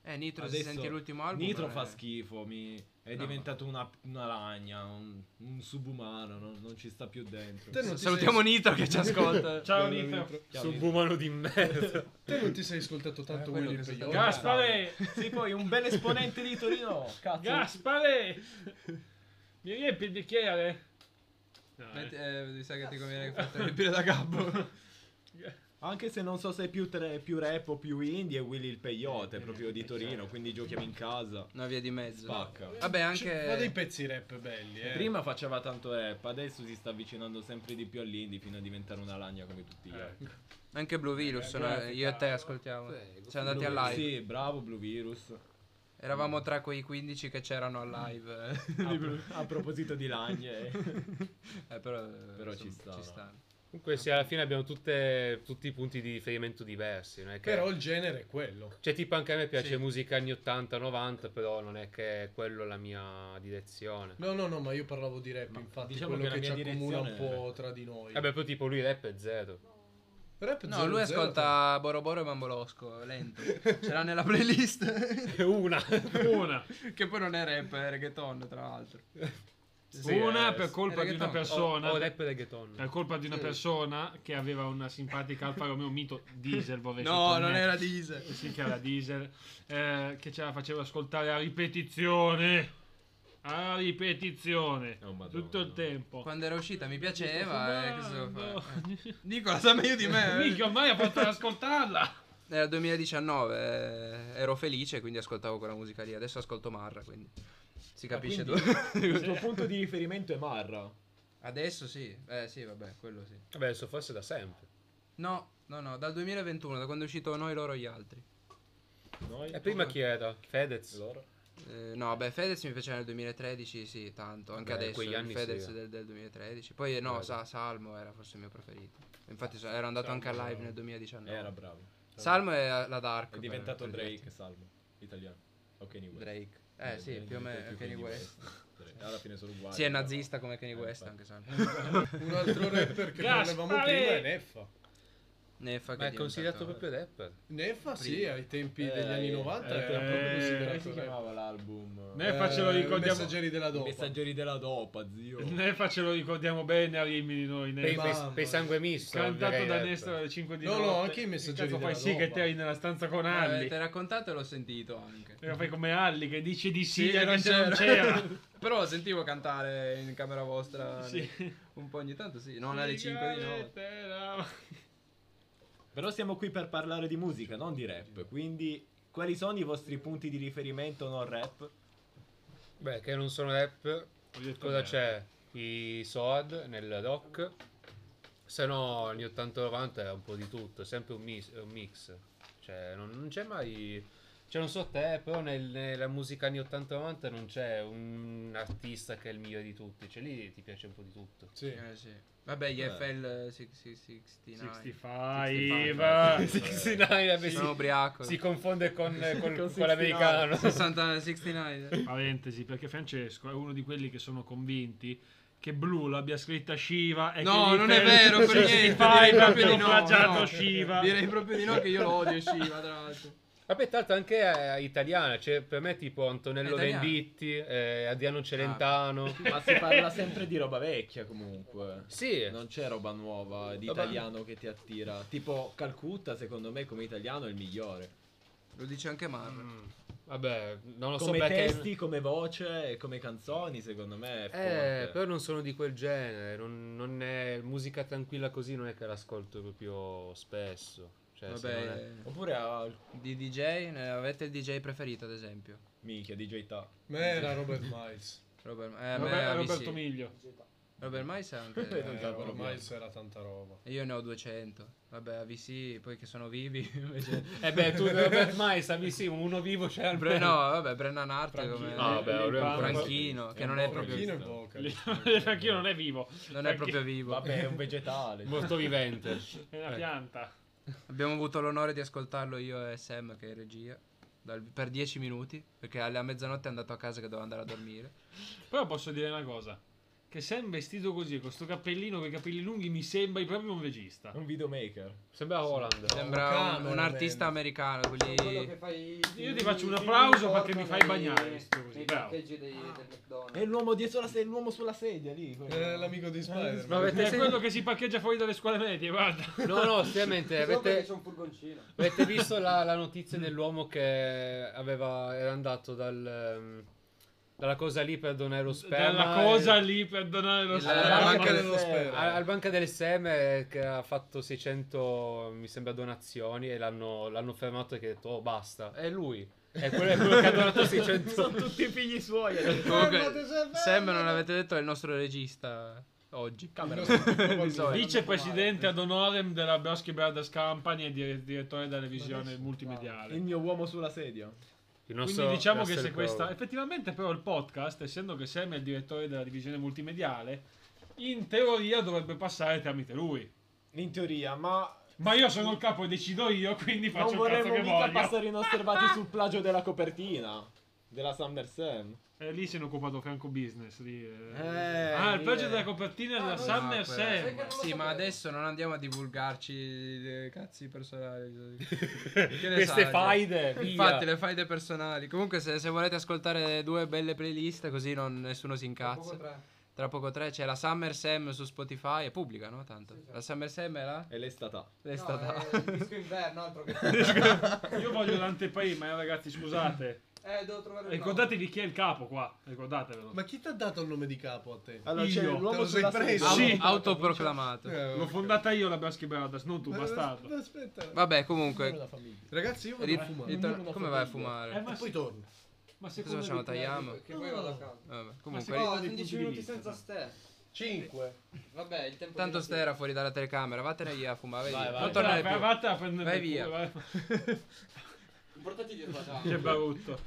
Speaker 3: Eh, Nitro,
Speaker 4: Adesso
Speaker 3: se senti l'ultimo album...
Speaker 4: Nitro
Speaker 3: eh,
Speaker 4: fa schifo, mi- è
Speaker 3: No.
Speaker 4: diventato una, una lagna, un, un subumano, non, non ci sta più dentro.
Speaker 6: Te Eh, non ti
Speaker 3: Salutiamo
Speaker 6: sei-
Speaker 3: Nitro che ci ascolta.
Speaker 2: Ciao,
Speaker 6: Bello,
Speaker 2: Nitro.
Speaker 4: Chiaro, Nitro.
Speaker 5: di merda.
Speaker 6: Te non ti sei ascoltato
Speaker 3: Esatto.
Speaker 6: tanto
Speaker 3: Eh, quello
Speaker 6: Willy
Speaker 3: che sta-
Speaker 6: Peyote.
Speaker 2: Gaspare.
Speaker 4: Sei poi un bel esponente di Torino, cazzo.
Speaker 2: Gaspare. Mi riempi il bicchiere? No,
Speaker 3: Metti-
Speaker 2: eh.
Speaker 3: eh, mi sa che ti conviene che fate riempire da capo.
Speaker 4: Anche se non so se è più, tre- più rap o più indie, è Willy il
Speaker 3: Eh,
Speaker 4: Peyote, proprio di
Speaker 3: certo.
Speaker 4: Torino, quindi giochiamo in casa.
Speaker 3: Una via di mezzo.
Speaker 4: Spacca.
Speaker 3: Vabbè,
Speaker 6: Ci- Fa dei
Speaker 3: anche...
Speaker 6: pezzi rap belli, eh.
Speaker 4: Prima faceva tanto rap, adesso si sta avvicinando sempre di più all'indie fino a diventare una lagna come tutti
Speaker 3: Eh,
Speaker 4: gli altri.
Speaker 3: Anche Blue Virus,
Speaker 2: Eh,
Speaker 3: no?
Speaker 2: grafica.
Speaker 3: io e te ascoltiamo.
Speaker 5: Prego.
Speaker 3: Siamo andati
Speaker 4: Blue-
Speaker 3: a live.
Speaker 4: Sì, bravo Blue Virus.
Speaker 3: Eravamo tra quei 15 che c'erano a live. eh.
Speaker 4: A, pro- a proposito di lagne,
Speaker 3: Eh, però,
Speaker 4: Però ci sta, no?
Speaker 5: Comunque sì, alla fine abbiamo tutte- tutti i punti di riferimento diversi, non è che...
Speaker 6: Però il genere è quello.
Speaker 5: Cioè tipo anche a me piace
Speaker 3: Sì.
Speaker 5: musica anni 80-90, però non è che è quello la mia direzione.
Speaker 6: No, no, no, ma io parlavo di rap,
Speaker 4: Ma
Speaker 6: infatti,
Speaker 4: diciamo
Speaker 6: quello
Speaker 4: che la
Speaker 6: che, ci
Speaker 4: mia
Speaker 6: accomuna un
Speaker 4: direzione è
Speaker 6: po'
Speaker 4: rap. Eh
Speaker 6: tra di noi.
Speaker 5: Vabbè, poi tipo lui rap è zero.
Speaker 6: Rap
Speaker 3: No,
Speaker 6: zero,
Speaker 3: lui
Speaker 6: zero,
Speaker 3: ascolta Boroboro e Bambolosco, lento. Ce l'ha nella playlist.
Speaker 5: Una.
Speaker 2: Una.
Speaker 3: che poi non è rap, è reggaeton, tra l'altro.
Speaker 2: una
Speaker 5: eh,
Speaker 2: per colpa di una
Speaker 3: reggaeton.
Speaker 2: persona.
Speaker 3: oh,
Speaker 5: O, o rap reggaeton.
Speaker 2: per colpa di una persona che aveva una simpatica Alfa Romeo Mito Diesel vorrei
Speaker 3: No, non
Speaker 2: sottolineare.
Speaker 3: era Diesel.
Speaker 2: sì che era Diesel eh, che ce la faceva ascoltare a ripetizione a ripetizione
Speaker 4: Oh, madonna.
Speaker 2: tutto il tempo
Speaker 3: Quando era uscita mi piaceva, eh, che se devo
Speaker 2: Fumando.
Speaker 3: fare? Nicola sa meglio di me.
Speaker 2: Minchia,
Speaker 3: eh.
Speaker 2: ormai ha fatto ad ascoltarla
Speaker 3: Era 2019, eh, ero felice, quindi ascoltavo quella musica lì. Adesso ascolto Marra, quindi si capisce
Speaker 4: quindi-
Speaker 3: dove.
Speaker 4: Il tuo punto di riferimento è Marra.
Speaker 3: Adesso sì, eh sì, vabbè, quello sì.
Speaker 5: Vabbè, adesso forse da sempre.
Speaker 3: No, no, no, dal 2021, da quando è uscito Noi, Loro, Gli Altri.
Speaker 4: Noi,
Speaker 5: E Eh, prima chi era? Fedez.
Speaker 4: Loro.
Speaker 3: Eh, no, beh, Fedez mi piaceva nel 2013, sì, tanto, anche
Speaker 5: Beh,
Speaker 3: adesso,
Speaker 5: quegli
Speaker 3: il
Speaker 5: anni
Speaker 3: Fedez
Speaker 5: sì, eh.
Speaker 3: del, del 2013. Poi eh, no,
Speaker 5: Bello.
Speaker 3: Sa- Salmo era forse il mio preferito. E Infatti so- ero andato anche a live nel 2019.
Speaker 4: Era bravo.
Speaker 3: Salmo è la Dark.
Speaker 4: È
Speaker 3: per-
Speaker 4: diventato
Speaker 3: per dirti.
Speaker 4: Drake, salvo. Italiano. Ok, Kanye West.
Speaker 3: Drake. Eh sì, più o meno Kanye West.
Speaker 4: Drake. Alla fine sono uguali.
Speaker 3: Sì, è
Speaker 4: però.
Speaker 3: nazista come Kanye
Speaker 4: Eh,
Speaker 3: West
Speaker 4: infatti.
Speaker 3: anche Salmo.
Speaker 6: Un altro rapper che
Speaker 2: Gaspare!
Speaker 6: parlavamo prima è Neffa.
Speaker 3: Neffa
Speaker 5: Ma
Speaker 3: che
Speaker 5: è considerato
Speaker 3: diventato-
Speaker 5: proprio rapper.
Speaker 6: Neffa sì, ai tempi
Speaker 4: Eh,
Speaker 6: degli anni
Speaker 4: eh,
Speaker 6: 90
Speaker 2: eh,
Speaker 6: era proprio
Speaker 2: eh,
Speaker 4: Come
Speaker 6: considerato
Speaker 4: si
Speaker 6: rapper.
Speaker 4: chiamava l'album?
Speaker 2: Ne faccio lo
Speaker 6: Eh,
Speaker 2: ricordiamo.
Speaker 6: Messaggeri della
Speaker 4: I
Speaker 6: dopa.
Speaker 4: Messaggeri della dopa, zio.
Speaker 2: Ne faccio lo ricordiamo bene a Rimini noi.
Speaker 5: Per,
Speaker 2: Ne
Speaker 6: Ma-
Speaker 5: per, per sangue misto.
Speaker 2: Cantato
Speaker 5: direi
Speaker 2: da
Speaker 5: rapper.
Speaker 2: Nesta alle 5 di
Speaker 6: No,
Speaker 2: notte.
Speaker 6: no, anche i messaggeri
Speaker 2: Che cazzo
Speaker 6: della
Speaker 2: fai sì che
Speaker 6: roba.
Speaker 2: te eri nella stanza con
Speaker 3: Eh,
Speaker 2: Alli.
Speaker 3: Te l'ha raccontato e l'ho sentito anche.
Speaker 2: E lo fai come Alli che dice di sì,
Speaker 3: Sì,
Speaker 2: e non c'era.
Speaker 3: Però lo sentivo cantare in camera vostra
Speaker 2: Sì.
Speaker 3: un po' ogni tanto, sì, non alle 5 di notte.
Speaker 4: Però siamo qui per parlare di musica, non di rap. Quindi, quali sono i vostri punti di riferimento non rap?
Speaker 5: Beh, che non sono rap. Cosa c'è? I SOAD nel rock. Se no, negli 80-90 era un po' di tutto, sempre un, mis- un mix. Cioè, non, non c'è mai. Cioè, non so te, però nel- nella musica anni 80-90 non c'è un artista che è il migliore di tutti. Cioè, lì ti piace un po' di tutto.
Speaker 6: Sì.
Speaker 3: Eh, sì. Vabbè, gli eh,
Speaker 4: Vabbè.
Speaker 3: FL 69.
Speaker 2: 65
Speaker 5: 69, beh,
Speaker 3: Sono
Speaker 5: si,
Speaker 3: ubriaco.
Speaker 5: si confonde con, con, con l'americano.
Speaker 3: 60 69.
Speaker 2: Parentesi, perché Francesco è uno di quelli che sono convinti che Blu l'abbia scritta Shiva e
Speaker 3: No,
Speaker 2: che
Speaker 3: non è vero per niente.
Speaker 2: Fai
Speaker 3: direi
Speaker 2: proprio
Speaker 3: di
Speaker 2: non
Speaker 3: no,
Speaker 2: plagiato
Speaker 3: no.
Speaker 2: Shiva.
Speaker 3: Direi proprio di no che io lo odio Shiva, tra l'altro.
Speaker 5: Vabbè, tra l'altro anche eh, italiana, cioè per me tipo Antonello
Speaker 3: Italiana.
Speaker 5: Venditti, eh, Adriano Celentano.
Speaker 4: Ma si parla sempre di roba vecchia comunque.
Speaker 5: Sì,
Speaker 4: Non c'è roba nuova di
Speaker 5: Vabbè.
Speaker 4: italiano che ti attira. Tipo Calcutta, secondo me, come italiano è il migliore.
Speaker 3: Lo dice anche Marvel.
Speaker 5: Mm, vabbè, non lo
Speaker 4: Come
Speaker 5: so perché...
Speaker 4: testi, come voce e come canzoni, secondo me è forte.
Speaker 5: Eh, però non sono di quel genere, non, non è musica tranquilla così, non è che l'ascolto proprio spesso. Cioè, se non è-
Speaker 3: Vabbè, eh.
Speaker 4: Oppure al...
Speaker 3: di DJ, ne avete il DJ preferito ad esempio?
Speaker 4: Minchia, DJ Ta.
Speaker 6: Ma era Robert Miles.
Speaker 3: Robert, eh, a me
Speaker 2: Robert-
Speaker 3: avvisi-
Speaker 2: Roberto Miglio.
Speaker 3: Robert Miles è
Speaker 6: Eh,
Speaker 3: anche...
Speaker 4: capo,
Speaker 6: Robert
Speaker 4: Robert.
Speaker 6: Miles era tanta roba.
Speaker 3: E io ne ho 200. Vabbè, AVC, poi che sono vivi. invece-
Speaker 5: Eh beh, tu Robert Miles, avvi sì, uno vivo c'è al
Speaker 3: Bre- no, vabbè, Brennan Hart come...
Speaker 2: Franchino.
Speaker 5: Ah, vabbè,
Speaker 2: Lil
Speaker 5: lui è un
Speaker 2: Pump.
Speaker 3: Franchino, che non
Speaker 4: Eh,
Speaker 3: è proprio...
Speaker 6: Franchino e
Speaker 4: visto.
Speaker 6: vocal.
Speaker 2: Franchino non è vivo,
Speaker 3: Non è proprio vivo.
Speaker 4: Vabbè, è un vegetale.
Speaker 5: Molto vivente.
Speaker 2: è una pianta.
Speaker 3: Abbiamo avuto l'onore di ascoltarlo io e Sam, che è in regia, dal- per 10 minuti, perché alla mezzanotte è andato a casa che doveva andare a dormire.
Speaker 2: Però posso dire una cosa. Che Sam vestito così, con sto cappellino, con i capelli lunghi, mi sembra proprio un regista.
Speaker 4: È un videomaker.
Speaker 5: Sembra Holland.
Speaker 3: Sembra un,
Speaker 6: cameraman.
Speaker 3: un artista americano,
Speaker 7: Quello
Speaker 3: quelli...
Speaker 7: che fai
Speaker 2: Io ti faccio un applauso perché mi fai bagnare, sto così,
Speaker 7: Nei
Speaker 2: bravo.
Speaker 7: parcheggi dei, del McDonald's.
Speaker 4: È l'uomo dietro la sedia, l'uomo sulla sedia lì. quello. Eh,
Speaker 6: Era Eh, l'amico di Spider-Man.
Speaker 5: Ma avete
Speaker 2: È
Speaker 5: sen-
Speaker 2: quello che si parcheggia fuori dalle scuole medie, guarda.
Speaker 5: No, no, seriamente,
Speaker 7: Solo perché
Speaker 5: avete,
Speaker 7: c'è un furgoncino.
Speaker 5: avete visto la, la notizia dell'uomo che aveva, era andato dal, ehm, dalla cosa lì per donare lo sperma?
Speaker 2: Dalla
Speaker 5: e-
Speaker 2: cosa lì per donare lo
Speaker 3: Il-
Speaker 6: Alla
Speaker 2: sperma.
Speaker 6: banca
Speaker 5: ma-
Speaker 6: dello sperma.
Speaker 3: Ah,
Speaker 5: Al, al banca delle seme che ha fatto 600, mi sembra, donazioni e l'hanno, l'hanno fermato e che ha detto, oh basta, è lui. È quello, è quello che ha donato 600.
Speaker 4: tutti figli suoi. adesso.
Speaker 3: Comunque, Sam, non avete detto, è il nostro regista oggi.
Speaker 6: Di
Speaker 3: solito.
Speaker 2: Vicepresidente ad honorem della Broschi Brothers Company e dire- direttore della revisione multimediale.
Speaker 4: Il mio uomo sulla sedia.
Speaker 5: Il nostro-
Speaker 2: Quindi diciamo
Speaker 5: nostro
Speaker 2: che se
Speaker 5: Paolo.
Speaker 2: questa... Effettivamente però il podcast, essendo che Sam è il direttore della divisione multimediale, in teoria dovrebbe passare tramite lui.
Speaker 4: In teoria, ma
Speaker 2: Ma io sono il capo e decido io, quindi faccio
Speaker 4: non
Speaker 2: il cazzo
Speaker 4: vorremmo
Speaker 2: che
Speaker 4: mica
Speaker 2: voglio. Ah!
Speaker 4: passare inosservati sul plagio della copertina della Summer Sam.
Speaker 2: Eh, lì se ne è occupato Franco Business. lì, eh.
Speaker 4: Eh,
Speaker 2: ah, il
Speaker 4: lì
Speaker 2: peggio
Speaker 4: è-
Speaker 2: della copertina della
Speaker 7: no,
Speaker 2: Summer
Speaker 3: no, quella-
Speaker 2: Sam.
Speaker 7: Non lo
Speaker 3: Sì, ma
Speaker 7: sapevo.
Speaker 3: adesso non andiamo a divulgarci i cazzi personali. Che ne
Speaker 5: Queste
Speaker 3: sa,
Speaker 5: faide,
Speaker 3: cioè.
Speaker 5: via.
Speaker 3: Infatti, le faide personali. Comunque, se, se volete ascoltare due belle playlist, così non- nessuno si incazza. Tra poco tre c'è la Summer Sam su Spotify. È pubblica, no? Tanto.
Speaker 7: Sì, sì.
Speaker 3: La Summer Sam è là?
Speaker 4: E l'è stata.
Speaker 3: È stata.
Speaker 7: No, è il disco inverno, altro che...
Speaker 2: Io voglio l'anteprima, eh, ragazzi, scusate.
Speaker 7: Eh, devo trovare il
Speaker 2: Ricordatevi chi è il capo qua, ricordatevelo.
Speaker 6: Ma chi ti ha dato il nome di capo a te?
Speaker 4: Allora
Speaker 2: Io,
Speaker 4: c'è
Speaker 6: te
Speaker 4: l'uomo
Speaker 6: lo sei
Speaker 4: sulla
Speaker 6: preso?
Speaker 4: sedia.
Speaker 2: Sì.
Speaker 3: Au- autoproclamato.
Speaker 6: Eh,
Speaker 2: L'ho
Speaker 6: ok.
Speaker 2: fondata io la Braschi Brothers, non tu,
Speaker 6: Ma-
Speaker 2: bastardo.
Speaker 6: Eh, Aspetta.
Speaker 3: Vabbè,
Speaker 4: Quello
Speaker 3: comunque.
Speaker 4: della famiglia.
Speaker 6: Ragazzi, io vado
Speaker 3: ri-
Speaker 6: a fumare.
Speaker 3: ritor-
Speaker 4: ognuno una
Speaker 3: come
Speaker 4: sua
Speaker 3: vai a
Speaker 4: vita.
Speaker 2: Eh,
Speaker 3: fumare?
Speaker 2: ma,
Speaker 6: E poi
Speaker 2: se-
Speaker 6: torno.
Speaker 2: ma secondo
Speaker 3: Cosa facciamo?
Speaker 2: di-
Speaker 3: Tagliamo?
Speaker 7: Che poi vado a casa.
Speaker 3: Vabbè,
Speaker 2: Ma
Speaker 3: comunque.
Speaker 2: secondo-
Speaker 7: Oh,
Speaker 2: dei
Speaker 7: 15
Speaker 2: punti di
Speaker 7: minuti
Speaker 2: vista,
Speaker 7: senza
Speaker 2: no?
Speaker 7: ste.
Speaker 6: 5.
Speaker 7: Vabbè, il tempo
Speaker 3: Tanto
Speaker 7: della
Speaker 3: Ste era fuori dalla telecamera. Vattene via a fumare. Vai,
Speaker 4: Vai, vai.
Speaker 3: Non
Speaker 2: Vattela-
Speaker 3: tornare
Speaker 2: vai-
Speaker 3: più.
Speaker 2: vattela a prendere
Speaker 3: Vai
Speaker 2: il
Speaker 3: via.
Speaker 2: culo, vai.
Speaker 7: sera. Portati dietro la
Speaker 2: Che
Speaker 7: tavola.
Speaker 2: barutto.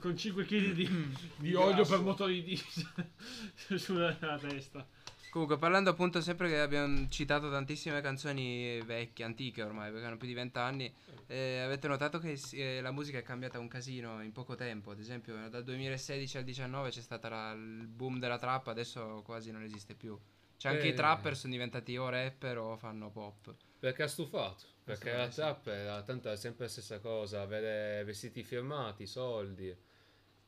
Speaker 2: Con
Speaker 3: Mm.
Speaker 2: 5 kg di, di olio per motori diesel sulla testa.
Speaker 3: Comunque, parlando appunto sempre che abbiamo citato tantissime canzoni vecchie, antiche ormai, perché hanno più di vent'anni, eh, avete notato che si- eh, la musica è cambiata un casino in poco tempo. Ad esempio, dal 2016 al 2019 c'è stato il boom della trap, adesso quasi non esiste più. Cioè, anche
Speaker 6: Eh.
Speaker 3: i trapper sono diventati o rapper o fanno pop.
Speaker 5: Perché ha stufato. Perché la
Speaker 3: sì.
Speaker 5: trap era tanto è sempre la stessa cosa, avere vestiti firmati, soldi.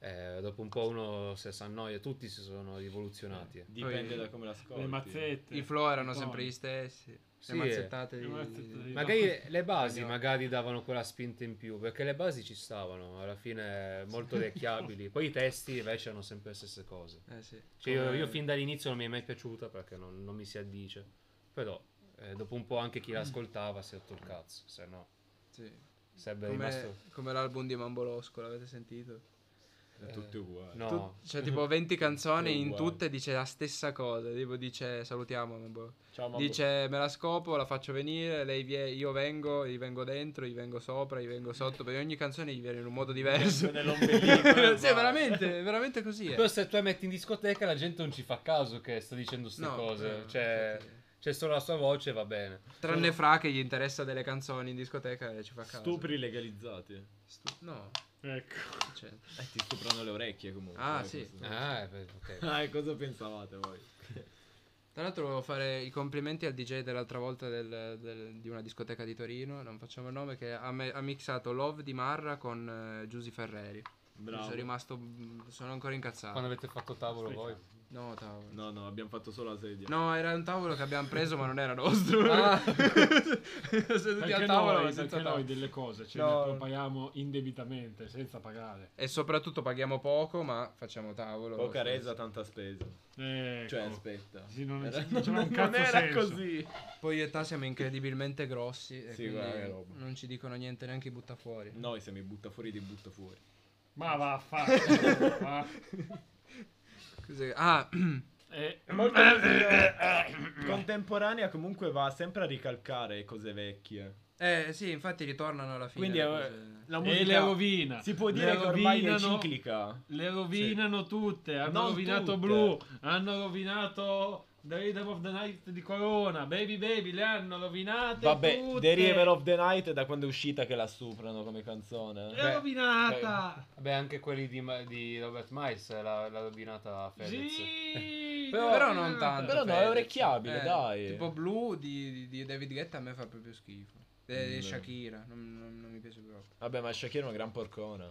Speaker 5: Eh, dopo un po' uno si annoia, tutti si sono rivoluzionati.
Speaker 4: Dipende
Speaker 3: Poi-
Speaker 4: da come l'ascolti.
Speaker 2: Le mazzette.
Speaker 3: I flow erano
Speaker 2: i
Speaker 3: sempre
Speaker 2: toni.
Speaker 3: gli stessi. Le
Speaker 5: Sì,
Speaker 3: mazzettate
Speaker 2: le
Speaker 3: di- Esatto.
Speaker 2: mazzettate di-
Speaker 5: Magari le basi
Speaker 3: Andiamo.
Speaker 5: magari davano quella spinta in più, perché le basi ci stavano, alla fine molto orecchiabili. Poi i testi invece erano sempre le stesse cose.
Speaker 3: Eh sì.
Speaker 5: Cioè, io,
Speaker 3: Come-
Speaker 5: io fin dall'inizio non mi è mai piaciuta perché non, non mi si addice. Però eh, dopo un po' anche chi l'ascoltava si è rotto il cazzo, se no
Speaker 3: sì.
Speaker 5: sarebbe
Speaker 3: Come,
Speaker 5: rimasto...
Speaker 3: come l'album di Mambolosco, l'avete sentito?
Speaker 4: Tutti uguali.
Speaker 5: No,
Speaker 3: Tut- C'è tipo 20 canzoni, in
Speaker 4: uguali.
Speaker 3: tutte dice la stessa cosa. Tipo dice salutiamo. Mambo.
Speaker 4: Ciao mamma.
Speaker 3: Dice me la scopo, la faccio venire, lei vie- io vengo, gli vengo dentro, gli vengo sopra, gli vengo sotto. Perché ogni canzone gli viene in un modo diverso.
Speaker 4: Nell'ombelico.
Speaker 3: sì, è veramente, è veramente così. eh.
Speaker 5: eh, Però se tu la metti in discoteca la gente non ci fa caso che sta dicendo queste
Speaker 3: No,
Speaker 5: cose.
Speaker 3: eh,
Speaker 5: cioè,
Speaker 3: infatti.
Speaker 5: c'è solo la sua voce e va bene.
Speaker 3: Tranne Fra che gli interessa delle canzoni in discoteca e ci fa caso.
Speaker 4: Stupri legalizzati.
Speaker 3: Stu- no.
Speaker 2: Ecco.
Speaker 3: cioè,
Speaker 4: Eh, ti stuprano le orecchie comunque.
Speaker 3: Ah,
Speaker 4: eh,
Speaker 3: sì.
Speaker 4: questo.
Speaker 5: Ah, eh, beh, ok.
Speaker 4: Ah, e cosa pensavate voi?
Speaker 3: Tra l'altro volevo fare i complimenti al DJ dell'altra volta del- del- di una discoteca di Torino, non facciamo il nome, che ha, me- ha mixato Love di Marra con eh, Giusy Ferreri. Mi
Speaker 4: Bravo.
Speaker 3: Sono rimasto. mh, Sono ancora incazzato.
Speaker 5: Quando avete fatto tavolo voi?
Speaker 3: No, tavolo. No.
Speaker 4: No, no, abbiamo fatto solo la sedia.
Speaker 3: era un tavolo che abbiamo preso, ma non era nostro.
Speaker 5: Ah.
Speaker 3: Seduti
Speaker 2: Perché
Speaker 3: al tavolo, ma
Speaker 2: noi,
Speaker 3: senza
Speaker 2: perché
Speaker 3: tavolo.
Speaker 2: noi delle cose ce
Speaker 3: No.
Speaker 2: le propaghiamo indebitamente, senza pagare.
Speaker 3: E soprattutto paghiamo poco, ma facciamo tavolo.
Speaker 4: Poca resa, tanta spesa.
Speaker 2: Ecco.
Speaker 4: Cioè, aspetta.
Speaker 2: Sì, non-
Speaker 4: Era-
Speaker 2: non c'aveva un
Speaker 4: non
Speaker 2: cazzo
Speaker 4: era
Speaker 2: senso.
Speaker 4: così.
Speaker 3: Poi io e te siamo incredibilmente grossi. E
Speaker 4: Sì,
Speaker 3: quindi
Speaker 4: guarda che roba.
Speaker 3: non ci dicono niente neanche i buttafuori.
Speaker 4: Noi se mi butta fuori ti butta fuori.
Speaker 2: Ma va a fare.
Speaker 3: Cos'è? Ah,
Speaker 2: E...
Speaker 4: Molto
Speaker 2: eh,
Speaker 4: musica contemporanea comunque va sempre a ricalcare cose vecchie.
Speaker 3: eh sì, infatti ritornano alla fine.
Speaker 4: Quindi
Speaker 3: le
Speaker 4: è-
Speaker 3: cose.
Speaker 4: la
Speaker 2: eh. E le rovina.
Speaker 4: si può
Speaker 2: Le
Speaker 4: dire che ormai è
Speaker 2: rovinano-
Speaker 4: ciclica.
Speaker 2: Le rovinano tutte. Hanno
Speaker 4: Non
Speaker 2: rovinato
Speaker 4: tutte.
Speaker 2: Blue. Hanno rovinato The Rhythm of the Night di Corona. Baby Baby le hanno rovinate.
Speaker 4: Vabbè,
Speaker 2: tutte.
Speaker 4: The River of the Night è da quando è uscita che la stuprano come canzone.
Speaker 2: È rovinata.
Speaker 5: Beh, anche quelli di, Ma- di Robert Miles l'ha, l'ha rovinata Fedez.
Speaker 2: Sì.
Speaker 3: Però,
Speaker 2: è
Speaker 3: però
Speaker 2: rovinata.
Speaker 3: non tanto.
Speaker 4: Però no, è
Speaker 3: Fedez. Eh,
Speaker 4: orecchiabile, dai.
Speaker 3: Tipo blu di, di- di David Guetta a me fa proprio schifo. E
Speaker 4: Mm.
Speaker 3: Shakira, non, non- non mi piace proprio.
Speaker 4: Vabbè, ma Shakira è una gran porcona.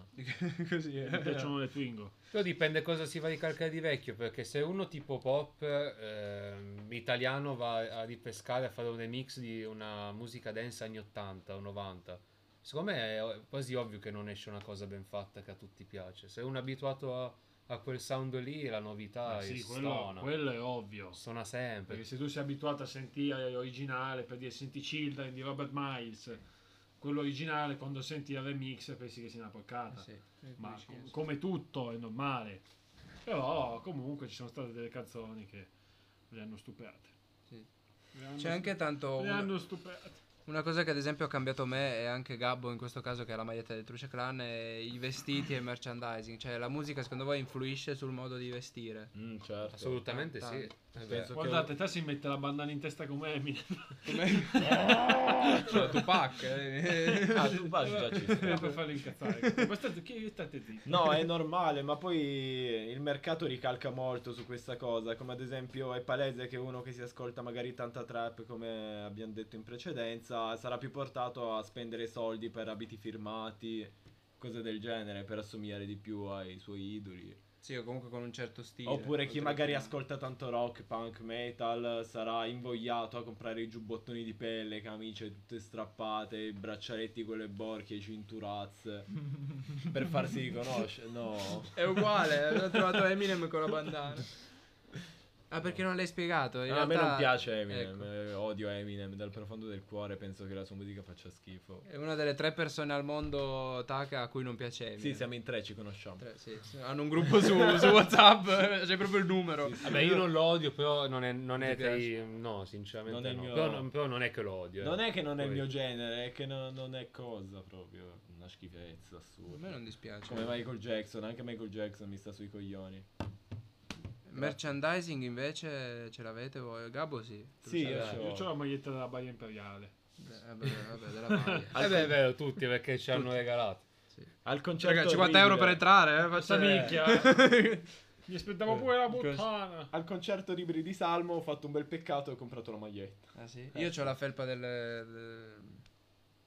Speaker 3: Così è.
Speaker 2: Mi piacciono le Twingo.
Speaker 5: Però dipende cosa si va a ricalcare di vecchio, perché se uno tipo pop ehm, italiano va a ripescare, a fare un remix di una musica dance anni 80 o 90, secondo me è o- quasi ovvio che non esce una cosa ben fatta che a tutti piace. Se uno è abituato a, a quel sound lì, la novità
Speaker 2: Eh
Speaker 5: è
Speaker 2: sì, quello,
Speaker 5: stona.
Speaker 2: quello è ovvio.
Speaker 5: Stona sempre.
Speaker 2: Perché se tu sei abituato a sentire originale, per dire senti Children di Robert Miles, quello originale, quando senti il remix pensi che sia una
Speaker 4: Ah.
Speaker 2: porcata.
Speaker 3: Sì,
Speaker 2: Ma
Speaker 3: dici,
Speaker 2: com-
Speaker 3: sì.
Speaker 2: come tutto è normale. Però comunque ci sono state delle canzoni che le hanno stuprate.
Speaker 3: Sì.
Speaker 2: Le hanno
Speaker 3: C'è anche tanto
Speaker 2: stu- le
Speaker 3: una,
Speaker 2: hanno stuprate.
Speaker 3: una cosa che ad esempio ha cambiato me e anche Gabbo in questo caso che ha la maglietta del Truce Clan è i vestiti e il merchandising. Cioè la musica secondo voi influisce sul modo di vestire?
Speaker 4: Mm, certo.
Speaker 5: Assolutamente sì.
Speaker 3: Tanto.
Speaker 5: Eh beh.
Speaker 4: Penso
Speaker 2: Guardate, te si mette la bandana in testa come Eminem.
Speaker 3: Cioè, Tupac.
Speaker 4: che...
Speaker 3: eh.
Speaker 4: Ah, tu baci già ci sta.
Speaker 2: Era Eh, per farli incazzare. Ma state, che state zitti.
Speaker 4: No, è normale, ma poi il mercato ricalca molto su questa cosa, come ad esempio è palese che uno che si ascolta magari tanta trap, come abbiamo detto in precedenza, sarà più portato a spendere soldi per abiti firmati, cose del genere, per assomigliare di più ai suoi idoli.
Speaker 3: Sì, o comunque con un certo stile.
Speaker 4: Oppure chi
Speaker 3: oltre
Speaker 4: magari
Speaker 3: che-
Speaker 4: ascolta tanto rock, punk, metal, sarà invogliato a comprare i giubbottoni di pelle, camicie tutte strappate, i braccialetti con le borchie, i cinturazze, per farsi riconoscere, no...
Speaker 3: È uguale, abbiamo trovato Eminem con la bandana. Ah, perché non l'hai spiegato? In
Speaker 4: No, A me
Speaker 3: realtà-
Speaker 4: non piace Eminem,
Speaker 3: ecco.
Speaker 4: eh, odio Eminem dal profondo del cuore, penso che la sua musica faccia schifo.
Speaker 3: È una delle tre persone al mondo, Taka, a cui non piace Eminem.
Speaker 4: Sì, siamo in tre, ci conosciamo.
Speaker 3: Tre, sì, sì. Hanno un gruppo su, su WhatsApp, eh, c'è proprio il numero.
Speaker 5: Vabbè, io non lo odio, però non è, non è
Speaker 3: Ti piace?
Speaker 5: dei- No, sinceramente
Speaker 4: Non è il
Speaker 5: no.
Speaker 4: mio-
Speaker 5: Però, non, però non è che lo odio. eh.
Speaker 4: Non è che non è il
Speaker 5: Poi-
Speaker 4: mio genere, è che no- non è cosa proprio, una schifezza
Speaker 3: A me
Speaker 4: assurda.
Speaker 3: non dispiace.
Speaker 4: Come Michael Jackson, anche Michael Jackson mi sta sui coglioni.
Speaker 3: Eh, Merchandising invece ce l'avete voi? Gabbo sì. Tu
Speaker 4: Sì,
Speaker 3: ce
Speaker 4: io
Speaker 3: l'hai.
Speaker 4: ce l'ho.
Speaker 2: Io ho la maglietta della Baia Imperiale.
Speaker 3: Eh, Vabbè, vabbè, della maglia.
Speaker 5: Eh beh, è vero, tutti perché ci hanno regalato.
Speaker 4: Al concerto
Speaker 3: Raga, 50 euro per
Speaker 4: River-
Speaker 3: entrare, eh?
Speaker 2: Questa
Speaker 3: Faccia
Speaker 2: minchia. Mi aspettavo pure la puttana.
Speaker 4: Al concerto Libri di Salmo ho fatto un bel peccato e ho comprato la maglietta.
Speaker 3: Ah, sì? Io ho la felpa del... del-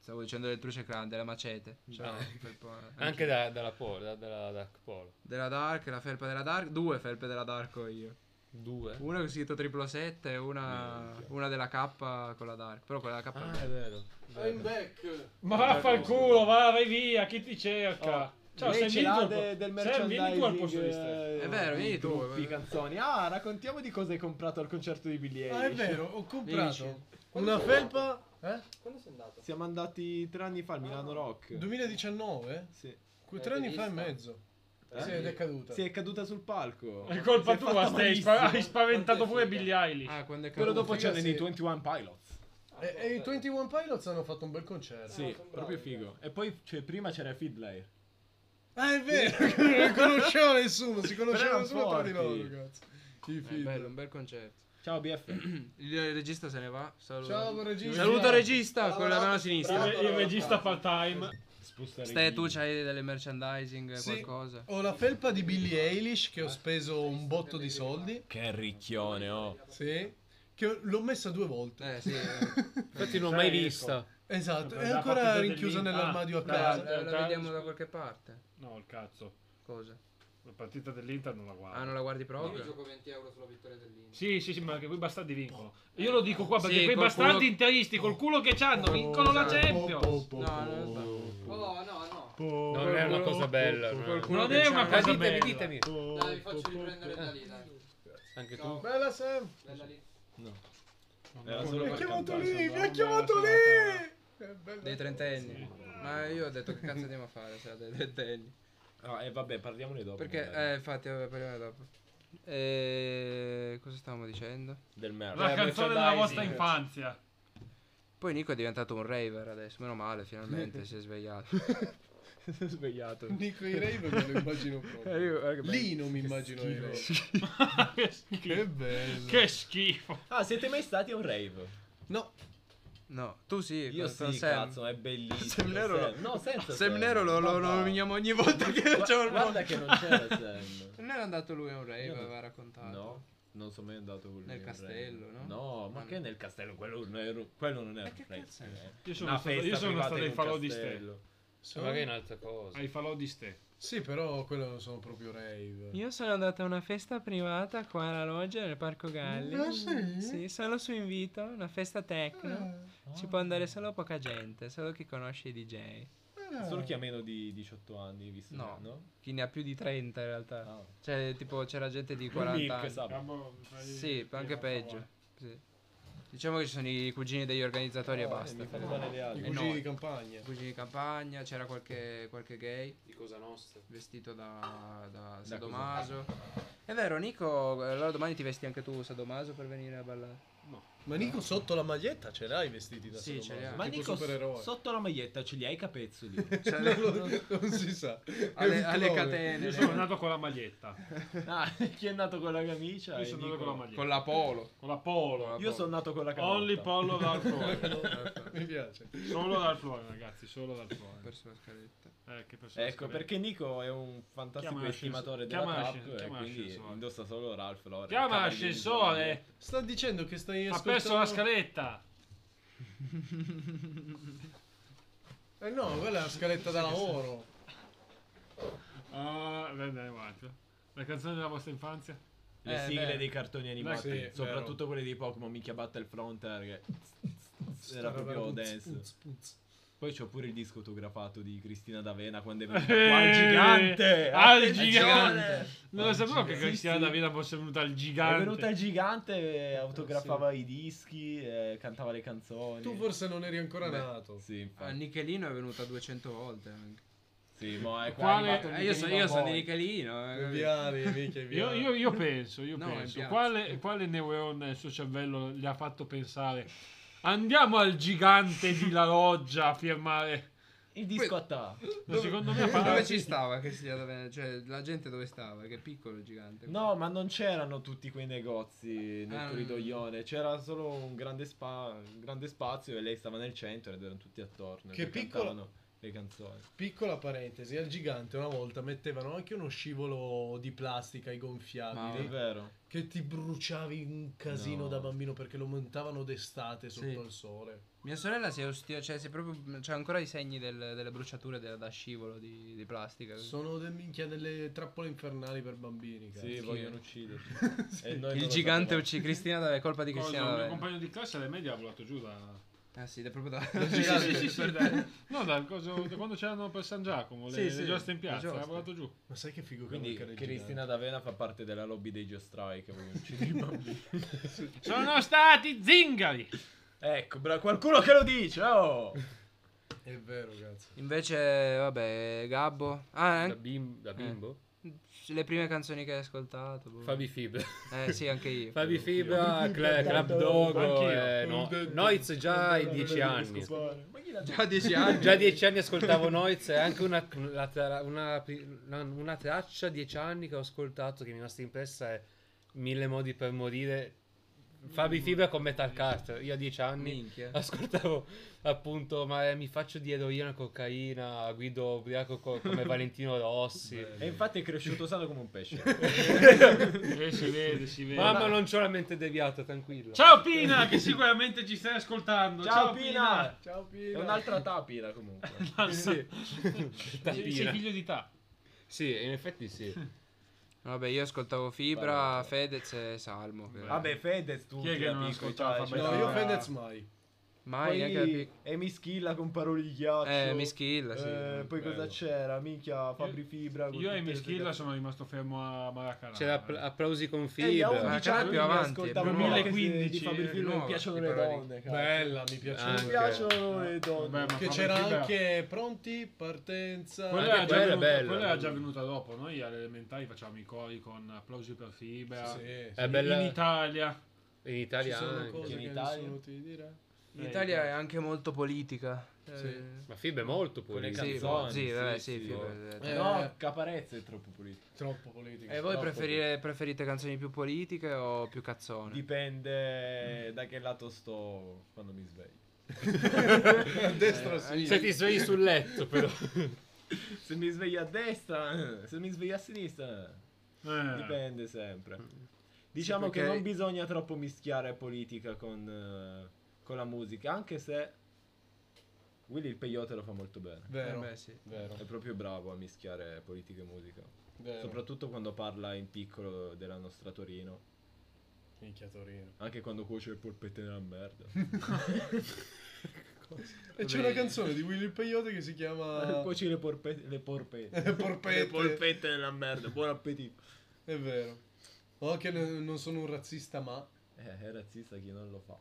Speaker 3: Stavo dicendo del Truce Clan, della macete. C'ho la felpa-
Speaker 5: Anche da- dalla, Pol- da- dalla Dark Polo.
Speaker 3: Della Dark, la felpa della Dark. Due felpe della Dark ho io.
Speaker 5: Due.
Speaker 3: Una che ho scritto 777 e una, una della K con la Dark. Però quella della K...
Speaker 5: Ah, è vero.
Speaker 7: I'm back.
Speaker 2: Ma vaffanculo, va, vai via, chi ti cerca? Ciao,
Speaker 4: Lei
Speaker 2: sei
Speaker 4: ce l'ha
Speaker 2: vinto.
Speaker 4: de- del
Speaker 2: sei vieni tu al posto di
Speaker 4: merchandising,
Speaker 2: Stefano.
Speaker 4: eh,
Speaker 3: È vero,
Speaker 4: di
Speaker 3: vieni tu,
Speaker 4: gruppi,
Speaker 3: eh.
Speaker 4: canzoni. Ah, raccontiamo di cosa hai comprato al concerto di Billie
Speaker 6: Ah, è
Speaker 4: Eilish.
Speaker 6: vero, ho comprato
Speaker 7: Quando
Speaker 6: una
Speaker 7: sei
Speaker 6: felpa. Eh?
Speaker 7: Quando sei andato?
Speaker 4: Siamo andati tre anni fa al Milano Rock.
Speaker 6: 2019?
Speaker 4: Sì.
Speaker 6: Que-
Speaker 7: Eh,
Speaker 6: Tre anni
Speaker 7: l'hai
Speaker 6: fa e
Speaker 7: vista?
Speaker 6: mezzo.
Speaker 4: Eh?
Speaker 6: Sì, ed è caduta.
Speaker 4: Si è caduta sul palco.
Speaker 2: È
Speaker 4: eh, Si
Speaker 2: colpa
Speaker 4: fatta
Speaker 2: tua, stai
Speaker 4: malissimo.
Speaker 2: spa- hai spaventato
Speaker 7: Quanto è
Speaker 2: pure
Speaker 7: figa?
Speaker 2: Billie Eilish.
Speaker 3: Ah, quando è
Speaker 4: Però
Speaker 3: caduto.
Speaker 4: dopo
Speaker 6: Figa,
Speaker 4: c'erano
Speaker 6: sì.
Speaker 4: i 21 Pilots.
Speaker 6: E, e i 21 Pilots hanno fatto un bel concerto.
Speaker 4: Sì,
Speaker 7: sono bravi,
Speaker 4: proprio
Speaker 7: eh.
Speaker 4: figo. E poi cioè, prima c'era Fiddler.
Speaker 6: Ah, è vero, che non conosceva nessuno, si conosceva
Speaker 4: erano
Speaker 6: solo tra di
Speaker 4: forti.
Speaker 6: loro, cazzo. I
Speaker 3: È
Speaker 6: film.
Speaker 3: Eh, bello, un bel concerto.
Speaker 4: Ciao BF.
Speaker 3: Il regista se ne va. Saluto.
Speaker 6: Ciao, buon regista.
Speaker 3: Saluto il regista
Speaker 7: Bravo,
Speaker 3: con la mano
Speaker 7: bravo,
Speaker 3: sinistra.
Speaker 2: Il,
Speaker 7: bravo.
Speaker 2: re- il regista part time.
Speaker 4: Spostare
Speaker 3: Stai tu
Speaker 5: cioè,
Speaker 3: c'hai delle merchandising,
Speaker 6: Sì,
Speaker 3: qualcosa.
Speaker 6: Ho la felpa di Billie Eilish che ho speso un botto di soldi.
Speaker 4: Che ricchione, oh.
Speaker 6: Sì. Che ho- l'ho messa due volte.
Speaker 3: Eh sì. eh.
Speaker 5: Infatti non l'ho
Speaker 2: ecco.
Speaker 5: mai vista.
Speaker 6: Esatto,
Speaker 2: Vabbè,
Speaker 6: è
Speaker 2: la
Speaker 6: ancora
Speaker 2: partita del
Speaker 6: rinchiusa
Speaker 2: Milan.
Speaker 6: nell'armadio a
Speaker 2: Ah,
Speaker 3: la,
Speaker 6: casa.
Speaker 3: la- la
Speaker 2: eh,
Speaker 3: vediamo
Speaker 2: eh,
Speaker 3: da qualche parte.
Speaker 2: No, il cazzo.
Speaker 3: Cosa?
Speaker 2: La partita dell'Inter non la guardo.
Speaker 3: Ah, non la guardi
Speaker 7: Io
Speaker 3: proprio?
Speaker 7: gioco 20 euro sulla vittoria dell'Inter.
Speaker 2: Sì, sì, sì, ma che quei bastardi vincono. Io lo dico qua
Speaker 3: Sì,
Speaker 2: perché quei
Speaker 3: col
Speaker 2: bastardi
Speaker 3: culo-
Speaker 2: interisti col culo che c'hanno vincono la
Speaker 3: esatto.
Speaker 2: Champions.
Speaker 3: No, non lo
Speaker 7: Oh, no, no.
Speaker 5: Non è una cosa bella. no.
Speaker 3: Qualcuno
Speaker 2: Non
Speaker 3: oh, che
Speaker 2: è
Speaker 3: c'ha-
Speaker 2: una
Speaker 5: Ma
Speaker 2: cosa
Speaker 5: ditemi,
Speaker 2: bella.
Speaker 5: ditemi.
Speaker 7: Dai, vi faccio riprendere da lì, dai.
Speaker 4: Eh,
Speaker 5: Anche
Speaker 7: Ciao.
Speaker 5: tu.
Speaker 6: Bella Sam.
Speaker 7: Bella lì.
Speaker 4: Era solo
Speaker 6: Mi ha
Speaker 4: per
Speaker 6: chiamato
Speaker 4: cantare.
Speaker 6: lì, mi ha chiamato lì. È bella.
Speaker 3: Dei trentenni. Ma io ho detto che cazzo andiamo a fare se era dei trentenni.
Speaker 4: Ah, e vabbè, parliamone dopo.
Speaker 3: Perché,
Speaker 4: magari.
Speaker 3: eh, infatti, vabbè, parliamo dopo. Eh, cosa stavamo dicendo?
Speaker 4: Del merda.
Speaker 2: La canzone della vostra
Speaker 4: merchandising.
Speaker 2: infanzia.
Speaker 3: Poi Nico è diventato un raver adesso, meno male, finalmente si è svegliato.
Speaker 4: Si è svegliato.
Speaker 6: Nico i Rave non lo immagino proprio. Lino mi immagino i Rave.
Speaker 2: che schifo.
Speaker 6: Che bello.
Speaker 2: Che schifo.
Speaker 4: Ah, siete mai stati a un rave?
Speaker 6: No,
Speaker 3: No, tu sì,
Speaker 4: Io
Speaker 3: con-
Speaker 4: sì,
Speaker 3: con Sam.
Speaker 4: cazzo, è bellissimo.
Speaker 3: Sam Nero lo-
Speaker 4: Sam. No, senza
Speaker 3: Sam Nero lo, lo, lo
Speaker 4: Guarda.
Speaker 3: nominiamo ogni volta che facciamo il
Speaker 4: Gua-
Speaker 3: Esatto. mondo.
Speaker 4: Guarda che non c'era Sam.
Speaker 3: Non era andato lui a un rave,
Speaker 4: Io no.
Speaker 3: aveva raccontato.
Speaker 4: No, non sono mai andato con lui.
Speaker 3: Nel
Speaker 4: in
Speaker 3: castello,
Speaker 4: Rennes.
Speaker 3: no?
Speaker 4: No, ma
Speaker 3: Ah,
Speaker 4: che
Speaker 3: no.
Speaker 4: nel castello? Quello non era, quello non era
Speaker 3: che
Speaker 4: un rave,
Speaker 3: cazzo
Speaker 4: eh.
Speaker 3: è?
Speaker 2: Io sono
Speaker 4: Una
Speaker 2: stato- io
Speaker 4: festa
Speaker 2: sono
Speaker 4: privata
Speaker 2: stato
Speaker 4: in
Speaker 2: ai
Speaker 4: un
Speaker 2: falò di
Speaker 4: castello.
Speaker 6: sono-
Speaker 5: Magari è un'altra cosa.
Speaker 2: Ai falò di ste.
Speaker 6: Sì, però quello non sono proprio rave.
Speaker 3: Io sono andata a una festa privata qua alla loggia nel Parco Galli.
Speaker 6: Ah, sì? Sì,
Speaker 3: solo su invito, una festa techno. Ci può andare solo poca gente, solo chi conosce i DJ. Ah.
Speaker 4: Solo chi ha meno di 18 anni, visto
Speaker 3: No.
Speaker 4: che- no?
Speaker 3: Chi ne ha più di 30 in realtà.
Speaker 4: Ah.
Speaker 3: Cioè, tipo, c'era gente di
Speaker 4: Mick,
Speaker 3: 40 anni.
Speaker 4: sa-
Speaker 2: Gabbo, mi fai-
Speaker 3: Sì,
Speaker 2: mi
Speaker 3: anche
Speaker 2: fai-
Speaker 3: peggio. Sì. Diciamo che ci sono i cugini degli organizzatori e
Speaker 4: Eh,
Speaker 3: basta.
Speaker 4: Mi fanno male le
Speaker 6: I
Speaker 4: ali.
Speaker 3: Eh,
Speaker 6: cugini
Speaker 3: no.
Speaker 6: di campagna.
Speaker 3: Cugini di campagna, c'era qualche, qualche gay
Speaker 5: Di cosa nostra.
Speaker 3: vestito da, da Sadomaso. È vero, Nico, allora domani ti vesti anche tu Sadomaso per venire a ballare.
Speaker 6: Ma Nico sotto la maglietta ce l'hai i vestiti da
Speaker 3: Sì, ce li ha.
Speaker 6: Sadomaso,
Speaker 4: Ma
Speaker 6: tipo
Speaker 4: Nico,
Speaker 6: supereroe.
Speaker 4: s- sotto la maglietta ce li hai i capezzoli.
Speaker 3: Cioè,
Speaker 6: non si sa. È
Speaker 3: alle,
Speaker 6: un
Speaker 3: alle
Speaker 6: clone.
Speaker 3: catene,
Speaker 2: Io sono
Speaker 3: le-
Speaker 2: nato con la maglietta.
Speaker 4: ah, chi è nato con la camicia?
Speaker 2: Io
Speaker 4: e
Speaker 2: sono nato
Speaker 4: Nico-
Speaker 2: con la maglietta.
Speaker 3: con la polo.
Speaker 2: Con la polo.
Speaker 4: Io sono nato con la camicia.
Speaker 2: Only pollo dal forno.
Speaker 6: Mi piace.
Speaker 2: Solo dal forno, ragazzi, solo dal forno.
Speaker 3: Perso la scaletta.
Speaker 2: Eh, che persona
Speaker 4: Ecco,
Speaker 2: scorretta.
Speaker 4: perché Nico è un fantastico
Speaker 2: Chiama l'ascensore.
Speaker 4: estimatore della
Speaker 2: Chiama
Speaker 4: trap
Speaker 2: l'ascensore.
Speaker 4: e
Speaker 2: Chiama
Speaker 4: quindi
Speaker 2: l'ascensore.
Speaker 4: indossa solo Ralph Lauren.
Speaker 2: Chiama
Speaker 4: Cavallini
Speaker 2: l'ascensore.
Speaker 6: Sta dicendo che stai
Speaker 2: Ha
Speaker 6: ascoltando...
Speaker 2: perso la scaletta.
Speaker 6: Eh no, quella è la scaletta da lavoro.
Speaker 2: Ah, beh, andiamo avanti. La canzone della vostra infanzia?
Speaker 4: Le
Speaker 3: Eh,
Speaker 4: sigle
Speaker 3: beh.
Speaker 4: dei cartoni animati,
Speaker 6: Beh, sì,
Speaker 4: soprattutto
Speaker 6: vero.
Speaker 4: quelle dei Pokémon, minchia Battlefront, era che- era proprio dance.
Speaker 6: Puz, puz.
Speaker 4: Poi c'ho pure il disco autografato di Cristina D'Avena quando è venuta qua al gigante!
Speaker 2: Al Eh, ah,
Speaker 4: Attenzione!
Speaker 2: gigante! Non lo
Speaker 4: Al
Speaker 2: sapevo
Speaker 4: gigante.
Speaker 2: che
Speaker 4: Sì,
Speaker 2: Cristiana
Speaker 4: sì.
Speaker 2: D'Avena fosse venuta al
Speaker 4: È
Speaker 2: gigante. Eh,
Speaker 4: venuta al gigante, autografava i dischi, eh, cantava le canzoni.
Speaker 6: Tu forse non eri ancora
Speaker 3: Beh,
Speaker 6: nato.
Speaker 4: Sì,
Speaker 3: Ah,
Speaker 4: infatti.
Speaker 3: Nichelino è venuto 200 volte anche.
Speaker 4: Sì, ma è qua
Speaker 2: Quale-
Speaker 4: arrivato
Speaker 3: Eh, io so- io
Speaker 4: Michelino
Speaker 3: sono
Speaker 4: Boy.
Speaker 3: di Nichelino. eh,
Speaker 6: I Viali, minchia, i
Speaker 2: Io,
Speaker 6: viali.
Speaker 2: io- io penso, io
Speaker 3: No, in
Speaker 2: penso.
Speaker 3: piazza.
Speaker 2: Quale, quale neurone il suo cervello gli ha fatto pensare? Andiamo al gigante di la loggia a firmare.
Speaker 4: Il disco a ta.
Speaker 2: Ma secondo me fa-
Speaker 3: dove ci stava che sia dove, cioè la gente dove stava che è piccolo il gigante
Speaker 4: No, ma non c'erano tutti quei negozi nel
Speaker 3: Ah, no.
Speaker 4: corridoione, c'era solo un grande, spa- un grande spazio e lei stava nel centro ed erano tutti attorno.
Speaker 6: Che
Speaker 4: che
Speaker 6: piccolo-
Speaker 4: cantavano Le canzoni.
Speaker 6: Piccola parentesi, al gigante una volta mettevano anche uno scivolo di plastica ai
Speaker 3: Ma-
Speaker 6: gonfiabili
Speaker 4: Davvero?
Speaker 6: che ti bruciavi un casino
Speaker 4: No.
Speaker 6: da bambino perché lo montavano d'estate sotto
Speaker 3: Sì.
Speaker 6: il sole.
Speaker 3: mia sorella si è ostio cioè si è proprio c'ha ancora i segni del- delle bruciature della- da scivolo di, di plastica
Speaker 6: Sono del minchia delle trappole infernali per bambini, cazzo.
Speaker 4: Sì,
Speaker 3: Sì.
Speaker 4: vogliono ucciderci.
Speaker 6: Sì.
Speaker 4: E noi non
Speaker 3: il
Speaker 4: lo
Speaker 3: gigante
Speaker 4: sapevamo.
Speaker 3: uccide Cristina dalla colpa di
Speaker 2: Cosa,
Speaker 3: Cristina
Speaker 2: un mio
Speaker 3: D'Avena.
Speaker 2: compagno di classe alle medie ha volato giù da...
Speaker 3: ah sì è proprio da
Speaker 2: Sì, sì, sì, sì, da- no, dal coso- da quando c'erano per San Giacomo, le,
Speaker 3: Sì,
Speaker 2: le
Speaker 3: sì,
Speaker 2: gioste in
Speaker 3: le
Speaker 2: piazza,
Speaker 3: gioste.
Speaker 2: ha volato giù.
Speaker 6: Ma sai che figo
Speaker 4: Quindi
Speaker 6: che
Speaker 4: Cristina D'Avena fa parte della lobby dei geostrai che vogliono uccidere i bambini.
Speaker 2: Sono stati zingari!
Speaker 4: ecco, bra- qualcuno che lo dice, oh!
Speaker 6: È vero, cazzo.
Speaker 3: invece vabbè Gabbo ah
Speaker 5: Da,
Speaker 3: eh,
Speaker 5: bim- da bimbo?
Speaker 3: le prime canzoni che hai ascoltato
Speaker 4: Mm.
Speaker 3: boh.
Speaker 5: Fabi Fibra.
Speaker 3: eh sì anche io
Speaker 5: Fabi Fibra, Cla- Club Dogo, eh, no. Noiz già ai 10 anni.
Speaker 3: già dieci anni
Speaker 5: Già a 10 anni ascoltavo Noiz e anche una, la tra- una, una, una traccia a 10 anni che ho ascoltato che mi è rimasta impressa è Mille modi per morire. Fabi Fibra con Metal Carter. Io a 10 anni
Speaker 3: Ah, minchia
Speaker 5: ascoltavo appunto ma eh, mi faccio di eroina, cocaina, guido ubriaco co- come Valentino Rossi.
Speaker 4: E infatti è cresciuto sano come un pesce.
Speaker 2: E Eh, si vede, si vede.
Speaker 5: Mamma non c'ho la mente deviata, tranquillo.
Speaker 2: Ciao Pina, che sicuramente ci stai ascoltando.
Speaker 4: Ciao, Pina!
Speaker 6: Ciao
Speaker 4: È
Speaker 6: Pina.
Speaker 4: un'altra tapira comunque.
Speaker 5: Sì.
Speaker 2: Sei sei figlio di Ta.
Speaker 5: Sì, in effetti sì.
Speaker 3: vabbè io ascoltavo Fibra Fedez e Salmo che-
Speaker 4: Vabbè, Fedez tu
Speaker 2: Chi è che
Speaker 4: da
Speaker 2: non
Speaker 4: piccolo,
Speaker 2: ascoltava
Speaker 4: cioè,
Speaker 2: Fabio
Speaker 6: No,
Speaker 4: c'era-
Speaker 6: io Fedez mai.
Speaker 3: mai neanche da
Speaker 4: poi
Speaker 3: pic-
Speaker 4: e mi schilla con parole di ghiaccio.
Speaker 3: Eh, mi schilla, sì.
Speaker 4: Eh, poi
Speaker 1: Bello.
Speaker 4: cosa c'era? Minchia, Fabri Fibra. con
Speaker 2: Io e
Speaker 4: tutte le
Speaker 2: Mischilla
Speaker 4: sue
Speaker 2: sono rimasto fermo a Maracanã.
Speaker 5: C'era app- applausi con
Speaker 4: canzoni. Eh, io a
Speaker 5: fibra.
Speaker 4: 11
Speaker 3: Ah,
Speaker 4: anni
Speaker 3: più
Speaker 4: mi
Speaker 3: avanti,
Speaker 4: ascoltavo
Speaker 3: più
Speaker 4: mille
Speaker 2: nuova.
Speaker 4: che si- di
Speaker 2: 15,
Speaker 4: Fabri Fibra, mi
Speaker 3: nuova,
Speaker 4: piacciono
Speaker 3: di
Speaker 4: le
Speaker 3: parole.
Speaker 4: donne, cazzo.
Speaker 6: Bella, mi
Speaker 3: ah,
Speaker 6: piaceva.
Speaker 5: Anche.
Speaker 4: Mi piacciono le donne.
Speaker 2: Eh, Vabbè, ma
Speaker 6: Che
Speaker 2: Fabri
Speaker 6: c'era
Speaker 2: Fibra-
Speaker 6: anche pronti, partenza.
Speaker 2: Quella era,
Speaker 5: Anche
Speaker 2: già
Speaker 5: quella è
Speaker 2: venuta,
Speaker 5: bella.
Speaker 2: quella era già venuta dopo. Noi alle elementari facciamo i cori con applausi per Fibra.
Speaker 6: Sì, sì.
Speaker 5: Eh, bella-
Speaker 2: In Italia.
Speaker 5: In
Speaker 6: Ci
Speaker 5: Italia
Speaker 6: sono
Speaker 5: anche.
Speaker 6: cose
Speaker 4: In
Speaker 6: che
Speaker 4: Italia.
Speaker 6: nessuno ti dirà.
Speaker 3: in
Speaker 4: eh,
Speaker 3: Italia è anche molto politica Eh,
Speaker 6: Sì.
Speaker 5: Ma fibra è molto
Speaker 4: le
Speaker 5: pulita.
Speaker 3: sì,
Speaker 4: eh, canzoni,
Speaker 3: sì,
Speaker 4: sì,
Speaker 3: vabbè,
Speaker 4: sì.
Speaker 3: sì, Fibra,
Speaker 6: Eh,
Speaker 4: No, Caparezza è troppo pulito.
Speaker 6: Troppo politica.
Speaker 3: E eh, voi
Speaker 4: troppo
Speaker 3: preferire- preferite canzoni più politiche o più cazzone?
Speaker 4: Dipende da che lato sto quando mi sveglio.
Speaker 6: A destra o a
Speaker 3: Eh,
Speaker 6: sinistra?
Speaker 5: Se ti svegli sul letto, però.
Speaker 4: Se mi sveglio a destra, eh, se mi sveglio a sinistra, eh,
Speaker 2: Eh.
Speaker 4: dipende sempre. Diciamo
Speaker 3: perché-
Speaker 4: che non bisogna troppo mischiare politica con, eh, con la musica, anche se Willy il peyote lo fa molto bene.
Speaker 3: Eh,
Speaker 6: Vero.
Speaker 3: beh, sì.
Speaker 6: Vero.
Speaker 4: È proprio bravo a mischiare politica e musica,
Speaker 6: Vero.
Speaker 4: soprattutto quando parla in piccolo della nostra Torino,
Speaker 6: Minchia Torino.
Speaker 4: anche quando cuoce il polpette nella merda.
Speaker 6: E c'è una canzone di Willy il Peyote che si chiama
Speaker 4: Cuoci le, porpe- le porpette.
Speaker 6: Ah. Le porpette.
Speaker 4: Le polpette nella merda, buon appetito.
Speaker 6: È vero. Oh, che ne- non sono un razzista, ma
Speaker 4: Eh, è razzista chi non lo fa.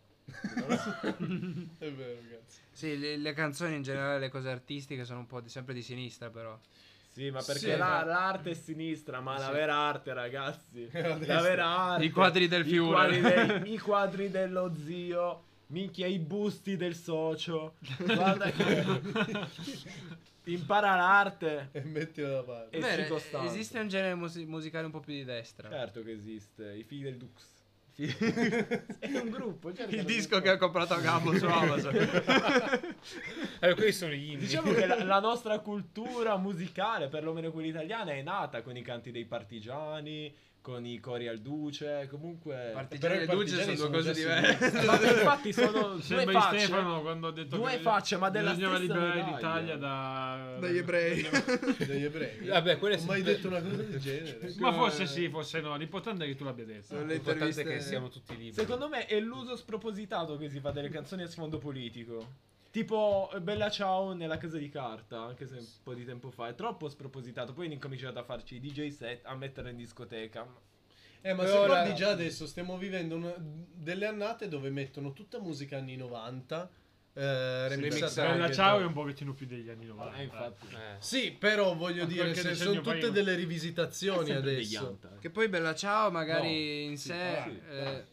Speaker 6: è vero, cazzo.
Speaker 3: Sì, le, le canzoni in generale, le cose artistiche sono un po' di- sempre di sinistra, però.
Speaker 4: Sì, ma perché
Speaker 6: Sì,
Speaker 4: la-
Speaker 6: ma-
Speaker 4: l'arte è sinistra, ma la
Speaker 3: Sì.
Speaker 4: vera arte, ragazzi.
Speaker 6: È la
Speaker 4: La,
Speaker 6: destra.
Speaker 4: vera arte.
Speaker 3: I quadri del
Speaker 4: I
Speaker 3: Fiore.
Speaker 4: quadri dei- I quadri dello zio. Minchia, i busti del socio. Guarda che... Impara l'arte.
Speaker 6: E mettila da parte.
Speaker 4: E
Speaker 3: Beh,
Speaker 4: Chico Stanco.
Speaker 3: esiste un genere musi- musicale un po' più di destra.
Speaker 4: Certo che esiste, i figli del Dux. è un gruppo. cercalo.
Speaker 3: Il disco che ho comprato a Gabbo su Amazon.
Speaker 5: Allora, quelli Eh, sono gli indie.
Speaker 4: Diciamo che la, la nostra cultura musicale, perlomeno quella italiana, è nata con i canti dei partigiani, con i cori al duce, comunque...
Speaker 6: Però
Speaker 3: Partigiani
Speaker 6: i
Speaker 3: e Duce sono due
Speaker 6: partigiani sono
Speaker 3: cose
Speaker 6: già
Speaker 3: diverse.
Speaker 4: Ma infatti sono due
Speaker 2: Sembra
Speaker 4: facce.
Speaker 2: Stefano quando ha detto
Speaker 4: due
Speaker 2: che
Speaker 4: facce, ma della
Speaker 2: bisognava
Speaker 4: stessa
Speaker 2: liberare
Speaker 4: medaglia.
Speaker 2: l'Italia da...
Speaker 3: Dagli ebrei.
Speaker 6: Degli ebrei.
Speaker 5: Vabbè, quello è
Speaker 6: Non ho mai
Speaker 5: sempre-
Speaker 6: detto una cosa del genere.
Speaker 2: Ma forse sì, forse no. L'importante è che tu l'abbia detto.
Speaker 3: Sono le
Speaker 5: L'importante è che
Speaker 3: interviste-
Speaker 5: siamo tutti liberi.
Speaker 4: Secondo me è l'uso spropositato che si fa delle canzoni a sfondo politico. Tipo eh, Bella Ciao nella casa di carta, anche se un po' di tempo fa. È troppo spropositato. Poi hanno incominciato a farci i DJ set, a metterla in discoteca.
Speaker 6: Eh, ma
Speaker 4: Però
Speaker 6: se
Speaker 4: la-
Speaker 6: guardi già adesso stiamo vivendo una- delle annate dove mettono tutta musica anni 90. Eh, remixata
Speaker 3: remixata.
Speaker 2: Bella
Speaker 6: anche
Speaker 2: ciao è
Speaker 6: dopo.
Speaker 2: un pochettino più degli anni 90.
Speaker 4: Eh, infatti.
Speaker 5: Eh.
Speaker 6: Sì, però voglio
Speaker 2: Ma
Speaker 6: dire,
Speaker 2: qualche
Speaker 6: se
Speaker 2: decennio
Speaker 6: sono tutte
Speaker 2: prima.
Speaker 6: delle rivisitazioni
Speaker 4: Sempre
Speaker 6: adesso.
Speaker 4: deviante, eh.
Speaker 3: Che poi Bella Ciao magari
Speaker 4: No,
Speaker 3: in
Speaker 4: sì,
Speaker 3: sé...
Speaker 4: sì.
Speaker 3: eh,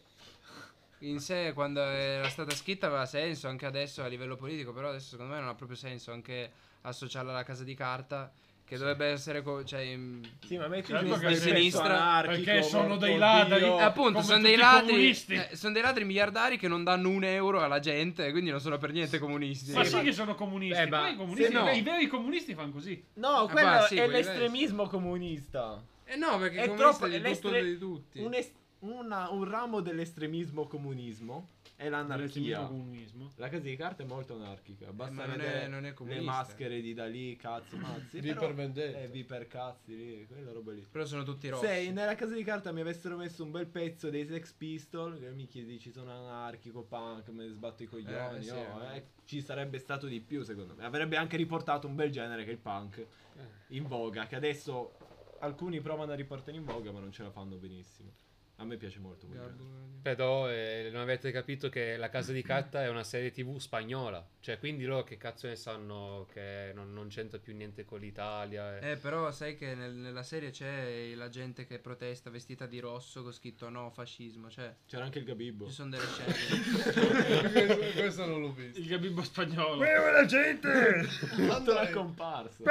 Speaker 3: in sé quando era stata scritta aveva senso anche adesso a livello politico, però adesso secondo me non ha proprio senso anche associarla alla casa di carta che dovrebbe essere co- cioè, in-
Speaker 4: Sì, ma metti
Speaker 2: Certo
Speaker 4: giù
Speaker 3: che
Speaker 4: quel
Speaker 3: sì.
Speaker 4: pezzo
Speaker 3: Sinistra,
Speaker 4: anarchico,
Speaker 2: perché sono
Speaker 4: morto
Speaker 2: dei ladri.
Speaker 4: Dio.
Speaker 2: Oh,
Speaker 3: Eh, appunto,
Speaker 2: come
Speaker 3: sono
Speaker 2: tutti
Speaker 3: dei,
Speaker 2: i
Speaker 3: ladri,
Speaker 2: comunisti.
Speaker 3: eh, sono dei ladri miliardari che non danno un euro alla gente, quindi non sono per niente comunisti.
Speaker 2: ma
Speaker 3: Eh,
Speaker 2: sì che sono comunisti.
Speaker 4: Eh, ma
Speaker 2: poi i, comunisti-
Speaker 4: se no-
Speaker 2: i veri comunisti fanno così.
Speaker 4: No,
Speaker 3: Eh,
Speaker 4: quello
Speaker 3: bah, sì,
Speaker 4: è
Speaker 3: quelli
Speaker 4: l'estremismo comunista.
Speaker 3: Eh no, perché
Speaker 4: È
Speaker 3: comunista
Speaker 4: troppo-
Speaker 3: di
Speaker 4: è
Speaker 3: tutto
Speaker 4: l'estre-
Speaker 3: di tutti.
Speaker 4: Un, est- una- un ramo dell'estremismo comunismo è
Speaker 2: L'estremismo
Speaker 4: l'anarchia.
Speaker 2: comunismo.
Speaker 4: La casa di carta è molto anarchica. Basta
Speaker 3: Eh, ma non è-
Speaker 4: vedere
Speaker 3: non è
Speaker 4: le
Speaker 3: comunista. Mm.
Speaker 4: maschere di Dalì, cazzi, mazzi.
Speaker 6: Vi
Speaker 4: però-
Speaker 6: per vendetta.
Speaker 4: Eh, vi per cazzi, lì, quella roba lì.
Speaker 3: Però sono tutti rossi.
Speaker 4: Se nella casa di carta mi avessero messo un bel pezzo dei Sex Pistol, che mi chiedi ci sono anarchico, punk, me ne sbatto i coglioni,
Speaker 3: Eh, sì,
Speaker 4: oh,
Speaker 3: eh.
Speaker 4: eh, ci sarebbe stato di più secondo me. Avrebbe anche riportato un bel genere che è il punk
Speaker 3: Eh.
Speaker 4: in voga, che adesso alcuni provano a riportare in voga ma non ce la fanno benissimo. A me piace molto quel genere.
Speaker 5: Però eh, non avete capito che La Casa di Carta è una serie TV spagnola. Cioè, quindi loro che cazzo ne sanno che non, non c'entra più niente con l'Italia. e-
Speaker 3: Eh, però sai che nel- nella serie c'è la gente che protesta vestita di rosso con scritto no fascismo, cioè
Speaker 4: C'era anche il Gabibbo.
Speaker 3: ci sono delle scene.
Speaker 6: questo, questo non l'ho visto.
Speaker 2: Il gabibbo spagnolo.
Speaker 4: Quanto la comparsa.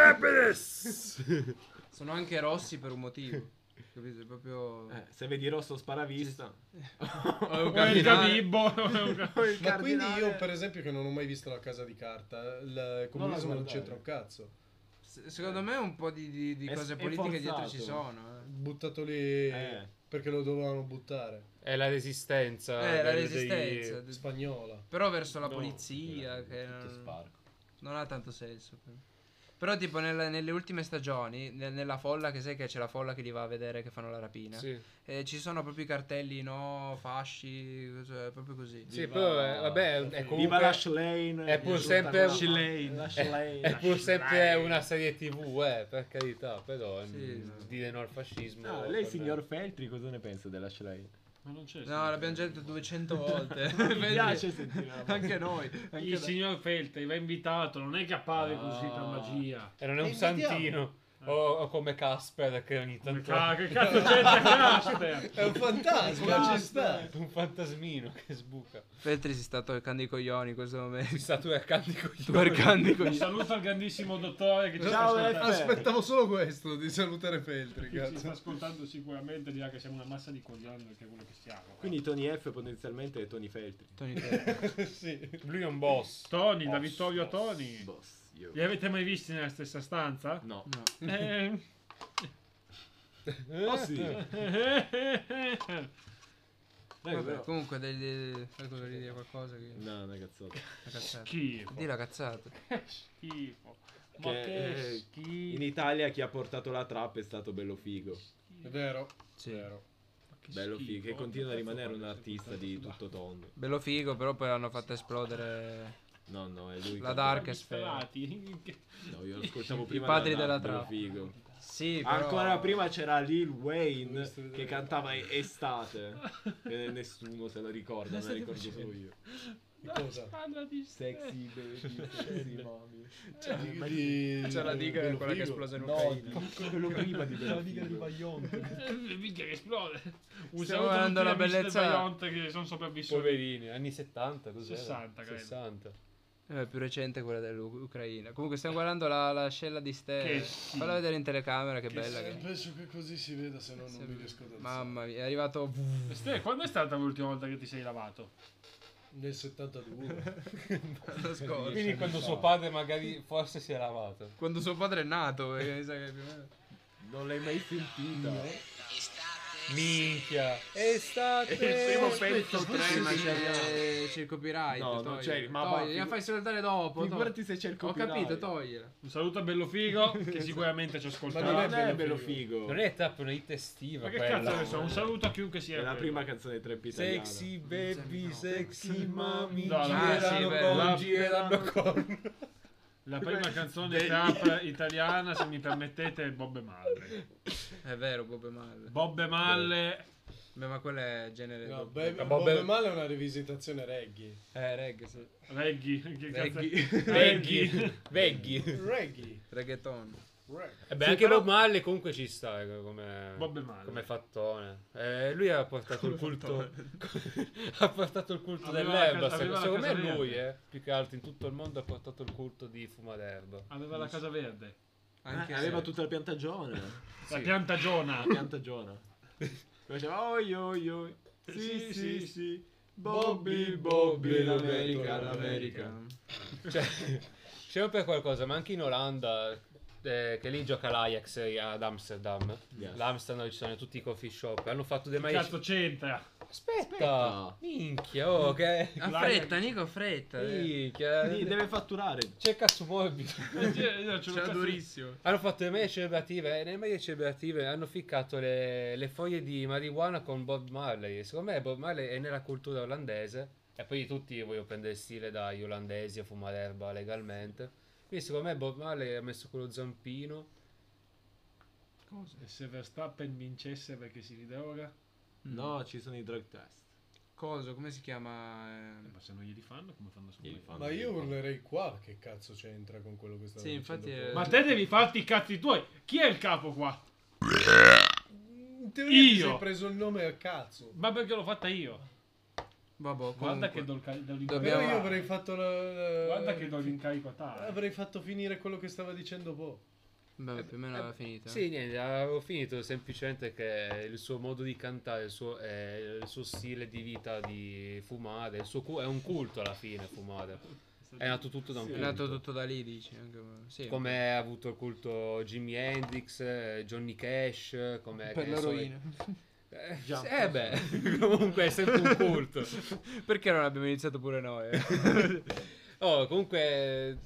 Speaker 3: sono anche rossi per un motivo. Capito? È proprio
Speaker 4: Eh, se vedi rosso sparavista.
Speaker 3: Oh,
Speaker 2: O è il
Speaker 3: cardinale.
Speaker 2: gabibbo. o è un ca-
Speaker 4: Il
Speaker 6: Ma quindi
Speaker 4: cardinale-
Speaker 6: io, per esempio, che non ho mai visto la casa di carta, il comunismo non
Speaker 4: guardare.
Speaker 6: c'entra un cazzo.
Speaker 3: Se- Secondo me un po' di, di- di
Speaker 4: È-
Speaker 3: cose
Speaker 4: è
Speaker 3: politiche dietro
Speaker 4: forzato.
Speaker 3: ci sono. eh.
Speaker 6: Buttato lì
Speaker 4: Eh.
Speaker 6: perché lo dovevano buttare.
Speaker 5: È la resistenza.
Speaker 3: Eh, la
Speaker 5: del-
Speaker 3: resistenza.
Speaker 5: dei-
Speaker 6: Spagnola.
Speaker 3: Però verso la
Speaker 4: No,
Speaker 3: polizia che
Speaker 4: tutto
Speaker 3: non,
Speaker 4: sparco.
Speaker 3: non ha tanto senso. però. Però tipo nella- nelle ultime stagioni, ne- nella folla che sai che c'è la folla che li va a vedere che fanno la rapina.
Speaker 5: Sì,
Speaker 3: Eh, ci sono proprio i cartelli no, fasci, cos'è, proprio così.
Speaker 5: Sì, però eh, vabbè, è
Speaker 4: Viva
Speaker 5: comunque...
Speaker 4: la Eh, Lane.
Speaker 5: è pur
Speaker 4: Tutta
Speaker 5: sempre-
Speaker 4: quella-
Speaker 5: Lash
Speaker 4: Lane. Lash Lane.
Speaker 5: È pur sempre una serie tv, eh, per carità, però
Speaker 3: Sì,
Speaker 5: mh,
Speaker 3: sì.
Speaker 5: dire no al fascismo.
Speaker 4: No, lei,
Speaker 5: per
Speaker 4: signor
Speaker 5: me.
Speaker 4: Feltri, cosa ne pensa della Lash Lane?
Speaker 2: Ma non c'è.
Speaker 3: No, l'abbiamo già detto 200 volte.
Speaker 4: Mi
Speaker 3: Quindi-
Speaker 4: piace sentire la voce.
Speaker 3: Anche noi. Anche
Speaker 2: Il signor Feltri va invitato, non è che appare così per
Speaker 4: Ah.
Speaker 2: magia.
Speaker 5: E non è un santino. O, o come Casper che ogni
Speaker 2: Come
Speaker 5: tanto
Speaker 2: ca- Che cazzo c'entra Casper?
Speaker 6: È un fantasma, ci sta.
Speaker 5: un fantasmino che sbuca.
Speaker 3: Feltri si sta toccando i coglioni in questo momento.
Speaker 5: Si sta tuercando i coglioni.
Speaker 3: Tuercando i
Speaker 2: Un
Speaker 3: coglioni.
Speaker 2: saluto al grandissimo dottore che ci sta
Speaker 4: Ciao,
Speaker 2: ascoltando.
Speaker 4: F.
Speaker 6: Aspettavo solo questo di salutare Feltri.
Speaker 2: Chi ci sta
Speaker 6: Cazzo.
Speaker 2: ascoltando sicuramente dirà che siamo una massa di coglioni perché è quello che siamo.
Speaker 4: Quindi Tony F potenzialmente è Tony Feltri.
Speaker 3: Tony Feltri.
Speaker 6: sì.
Speaker 5: Lui è un boss.
Speaker 2: Tony, da Vittorio Toni.
Speaker 4: Boss, io.
Speaker 2: Li avete mai visti nella stessa stanza?
Speaker 4: No.
Speaker 3: No.
Speaker 2: Eh,
Speaker 4: Oh sì. Dai,
Speaker 3: Vabbè,
Speaker 4: però-
Speaker 3: comunque devi fai cosa di dire qualcosa che
Speaker 4: No, non è cazzato.
Speaker 3: una cazzata.
Speaker 2: Schifo.
Speaker 3: Di la cazzata.
Speaker 2: Schifo. Ma
Speaker 4: Che-
Speaker 2: che,
Speaker 4: eh, In
Speaker 2: schifo.
Speaker 4: Italia chi ha portato la trap è stato Bello Figo.
Speaker 6: È vero.
Speaker 3: Sì.
Speaker 2: Ma che
Speaker 4: Bello Figo, che
Speaker 2: schifo.
Speaker 4: continua a
Speaker 2: Cazzo
Speaker 4: rimanere un
Speaker 2: quando si
Speaker 4: artista
Speaker 2: porta
Speaker 4: di
Speaker 2: sulla-
Speaker 4: tutto tondo.
Speaker 3: Bello figo, però poi l'hanno fatto esplodere
Speaker 4: No, no, è lui.
Speaker 3: La
Speaker 4: che-
Speaker 3: Dark.
Speaker 2: Gli sperati.
Speaker 4: No, io lo ascoltavo
Speaker 3: I
Speaker 4: prima.
Speaker 3: padri della
Speaker 4: della Dark, Bello Figo.
Speaker 3: Sì, però...
Speaker 4: Ancora prima c'era Lil Wayne
Speaker 6: Questo è
Speaker 4: che
Speaker 6: vero.
Speaker 4: cantava E- Estate. e nessuno se lo ricorda, me la ricordo solo io.
Speaker 6: Cosa?
Speaker 2: Parla di sexy.
Speaker 4: Sexy baby, sexy mommy.
Speaker 6: Di- di-
Speaker 3: C'è la diga
Speaker 6: Bello
Speaker 3: quella che
Speaker 6: Figo.
Speaker 3: esplose in
Speaker 4: No,
Speaker 3: Ucraina.
Speaker 4: quello prima di Bello Figo.
Speaker 2: Eh, Minchia che esplode.
Speaker 3: Stiamo
Speaker 2: Un saluto a
Speaker 3: guardando la
Speaker 2: tutti gli amici del
Speaker 3: bellezza-
Speaker 2: Vajont che sono sopravvissuti.
Speaker 5: Poverini, anni 70, cos'era?
Speaker 2: 60, credo.
Speaker 5: 60.
Speaker 3: Eh, più recente quella dell'Ucraina. Comunque stiamo guardando la, la scella di
Speaker 2: Che
Speaker 3: Ste.
Speaker 2: schifo.
Speaker 3: Falla vedere in telecamera che,
Speaker 2: Che
Speaker 3: bella
Speaker 6: Eh,
Speaker 3: che
Speaker 6: penso che così si veda, se no non mi riesco ad alzare.
Speaker 3: Mamma mia, è arrivato
Speaker 2: Ste, quando è stata l'ultima volta che ti sei lavato?
Speaker 6: Nel 72.
Speaker 3: lo scorso.
Speaker 5: Quindi quando suo padre magari forse si è lavato.
Speaker 3: Quando suo padre è nato, perché mi sa che più o meno-
Speaker 4: Non l'hai mai sentita?
Speaker 5: Minchia.
Speaker 4: Eh, primo pezzo
Speaker 3: Eh, ma c'è, c'è il copyright.
Speaker 4: No, non
Speaker 3: togliela.
Speaker 4: c'è il- ma va,
Speaker 3: Togliela, la
Speaker 4: figu-
Speaker 3: fai saltare dopo.
Speaker 4: Figurati
Speaker 3: togli-
Speaker 4: se c'è il
Speaker 3: Ho
Speaker 4: copyright.
Speaker 3: capito, togliela.
Speaker 2: Un saluto a Bello Figo che sicuramente ci
Speaker 4: Ma
Speaker 2: ascolterà.
Speaker 4: non
Speaker 6: Ah,
Speaker 4: è bello,
Speaker 6: bello
Speaker 4: figo.
Speaker 5: Non è trap, è una hit estiva
Speaker 2: Ma che
Speaker 5: quella.
Speaker 2: cazzo ne so, un saluto a chiunque sia.
Speaker 4: È la
Speaker 2: quello.
Speaker 4: prima canzone trap italiana. Eh,
Speaker 5: Sexy baby,
Speaker 3: No.
Speaker 5: sexy mami,
Speaker 2: No, no,
Speaker 3: sì,
Speaker 5: girano
Speaker 3: bello.
Speaker 5: con,
Speaker 2: La-
Speaker 5: girano con.
Speaker 2: La prima canzone trap italiana, se mi permettete, è Bobbe Malle.
Speaker 3: È vero, Bob e Mal.
Speaker 2: Bobbe Malle,
Speaker 3: Beh, ma quello è genere.
Speaker 6: No,
Speaker 3: Bob-
Speaker 6: Bob,
Speaker 5: Bob-
Speaker 6: Bob Male è una rivisitazione reggae.
Speaker 3: Eh, reggae, sì.
Speaker 2: Reggie, che cazzo è?
Speaker 3: Reggae.
Speaker 2: Reggae.
Speaker 5: Veghi.
Speaker 6: Reggae.
Speaker 3: Reggaeton.
Speaker 5: Eh beh, anche Bob Marley comunque ci sta eh, come,
Speaker 2: Bob Marley.
Speaker 5: come fattone. Eh, lui ha portato il culto. ha portato il culto
Speaker 2: Aveva la
Speaker 5: dell'erba.
Speaker 2: casa- aveva
Speaker 5: secondo-
Speaker 2: la
Speaker 5: secondo me
Speaker 2: casa
Speaker 5: è lui,
Speaker 2: verde.
Speaker 5: eh. Più che altro in tutto il mondo ha portato il culto di fuma d'erba.
Speaker 2: Aveva la casa verde,
Speaker 3: Anche
Speaker 4: Eh, aveva
Speaker 3: se-
Speaker 4: tutta la piantagione.
Speaker 2: la
Speaker 3: Sì.
Speaker 2: pianta giona.
Speaker 4: La piantagiona. Faceva oi oi oi. Sì, sì, sì. Bobby, Bobby, l'America, l'America.
Speaker 3: Ah,
Speaker 5: Cioè, sempre qualcosa, ma anche in Olanda. eh, che lì gioca l'Ajax eh, ad Amsterdam.
Speaker 4: Yes.
Speaker 5: L'Amsterdam dove ci sono tutti i coffee shop. Hanno fatto dei
Speaker 2: Che
Speaker 5: mai.
Speaker 2: cazzo c'entra?
Speaker 5: Aspetta,
Speaker 4: Aspetta.
Speaker 5: minchia, oh, che
Speaker 3: Ah, fretta, Nico, fretta. eh.
Speaker 5: minchia,
Speaker 4: Sì, deve fatturare.
Speaker 5: c'è cazzo morbido.
Speaker 2: Eh, io ce l'ho
Speaker 3: C'era
Speaker 2: cazzo-
Speaker 3: durissimo.
Speaker 5: Hanno fatto le maglie celebrative e nelle maglie celebrative hanno ficcato le, le foglie di marijuana con Bob Marley. E Secondo me Bob Marley è nella cultura olandese e poi tutti vogliono prendere stile dagli olandesi a fumare erba legalmente. Quindi secondo me Bob Marley ha messo quello zampino.
Speaker 2: Cosa? E se Verstappen vincesse perché si ridroga?
Speaker 5: Mm.
Speaker 4: No, ci sono i drug test.
Speaker 3: Coso, come si chiama?
Speaker 2: Eh,
Speaker 3: eh?
Speaker 2: ma se non glieli fanno, come fanno a
Speaker 4: Glieli
Speaker 2: sapere?
Speaker 4: fanno.
Speaker 6: Ma io urlerei qua che cazzo c'entra con quello che stavo
Speaker 3: Sì,
Speaker 6: dicendo
Speaker 3: infatti,
Speaker 6: prima.
Speaker 2: Ma te devi farti i cazzi tuoi. Chi è il capo qua?
Speaker 6: In teoria ti
Speaker 2: io.
Speaker 6: sei preso il nome a cazzo.
Speaker 2: Ma perché l'ho fatta io?
Speaker 3: Vabbè,
Speaker 2: Guarda che do
Speaker 3: comunque.
Speaker 2: il cal- do
Speaker 3: Dobbiamo-
Speaker 6: Però
Speaker 2: l'incarico-
Speaker 6: io avrei fatto la- la-
Speaker 2: Guarda che do l'incarico a Tara.
Speaker 6: Avrei fatto finire quello che stava dicendo Bo.
Speaker 3: Beh, più o
Speaker 4: Eh,
Speaker 3: meno era finita.
Speaker 5: Sì, niente, avevo finito semplicemente che il suo modo di cantare, il suo, eh, il suo stile di vita di fumare, il suo cu- è un culto alla fine fumare. È nato tutto da un
Speaker 3: È
Speaker 5: culto.
Speaker 3: nato tutto da lì, dici. anche- Sì. Eh,
Speaker 5: Come ha avuto il culto Jimi Hendrix, eh, Johnny Cash, eh, come... che
Speaker 3: Per
Speaker 5: ne so-
Speaker 3: l'eroina.
Speaker 5: Eh,
Speaker 2: Già.
Speaker 5: sì, eh beh, comunque è sempre un culto.
Speaker 3: Perché non abbiamo iniziato pure noi? eh?
Speaker 5: Oh, comunque...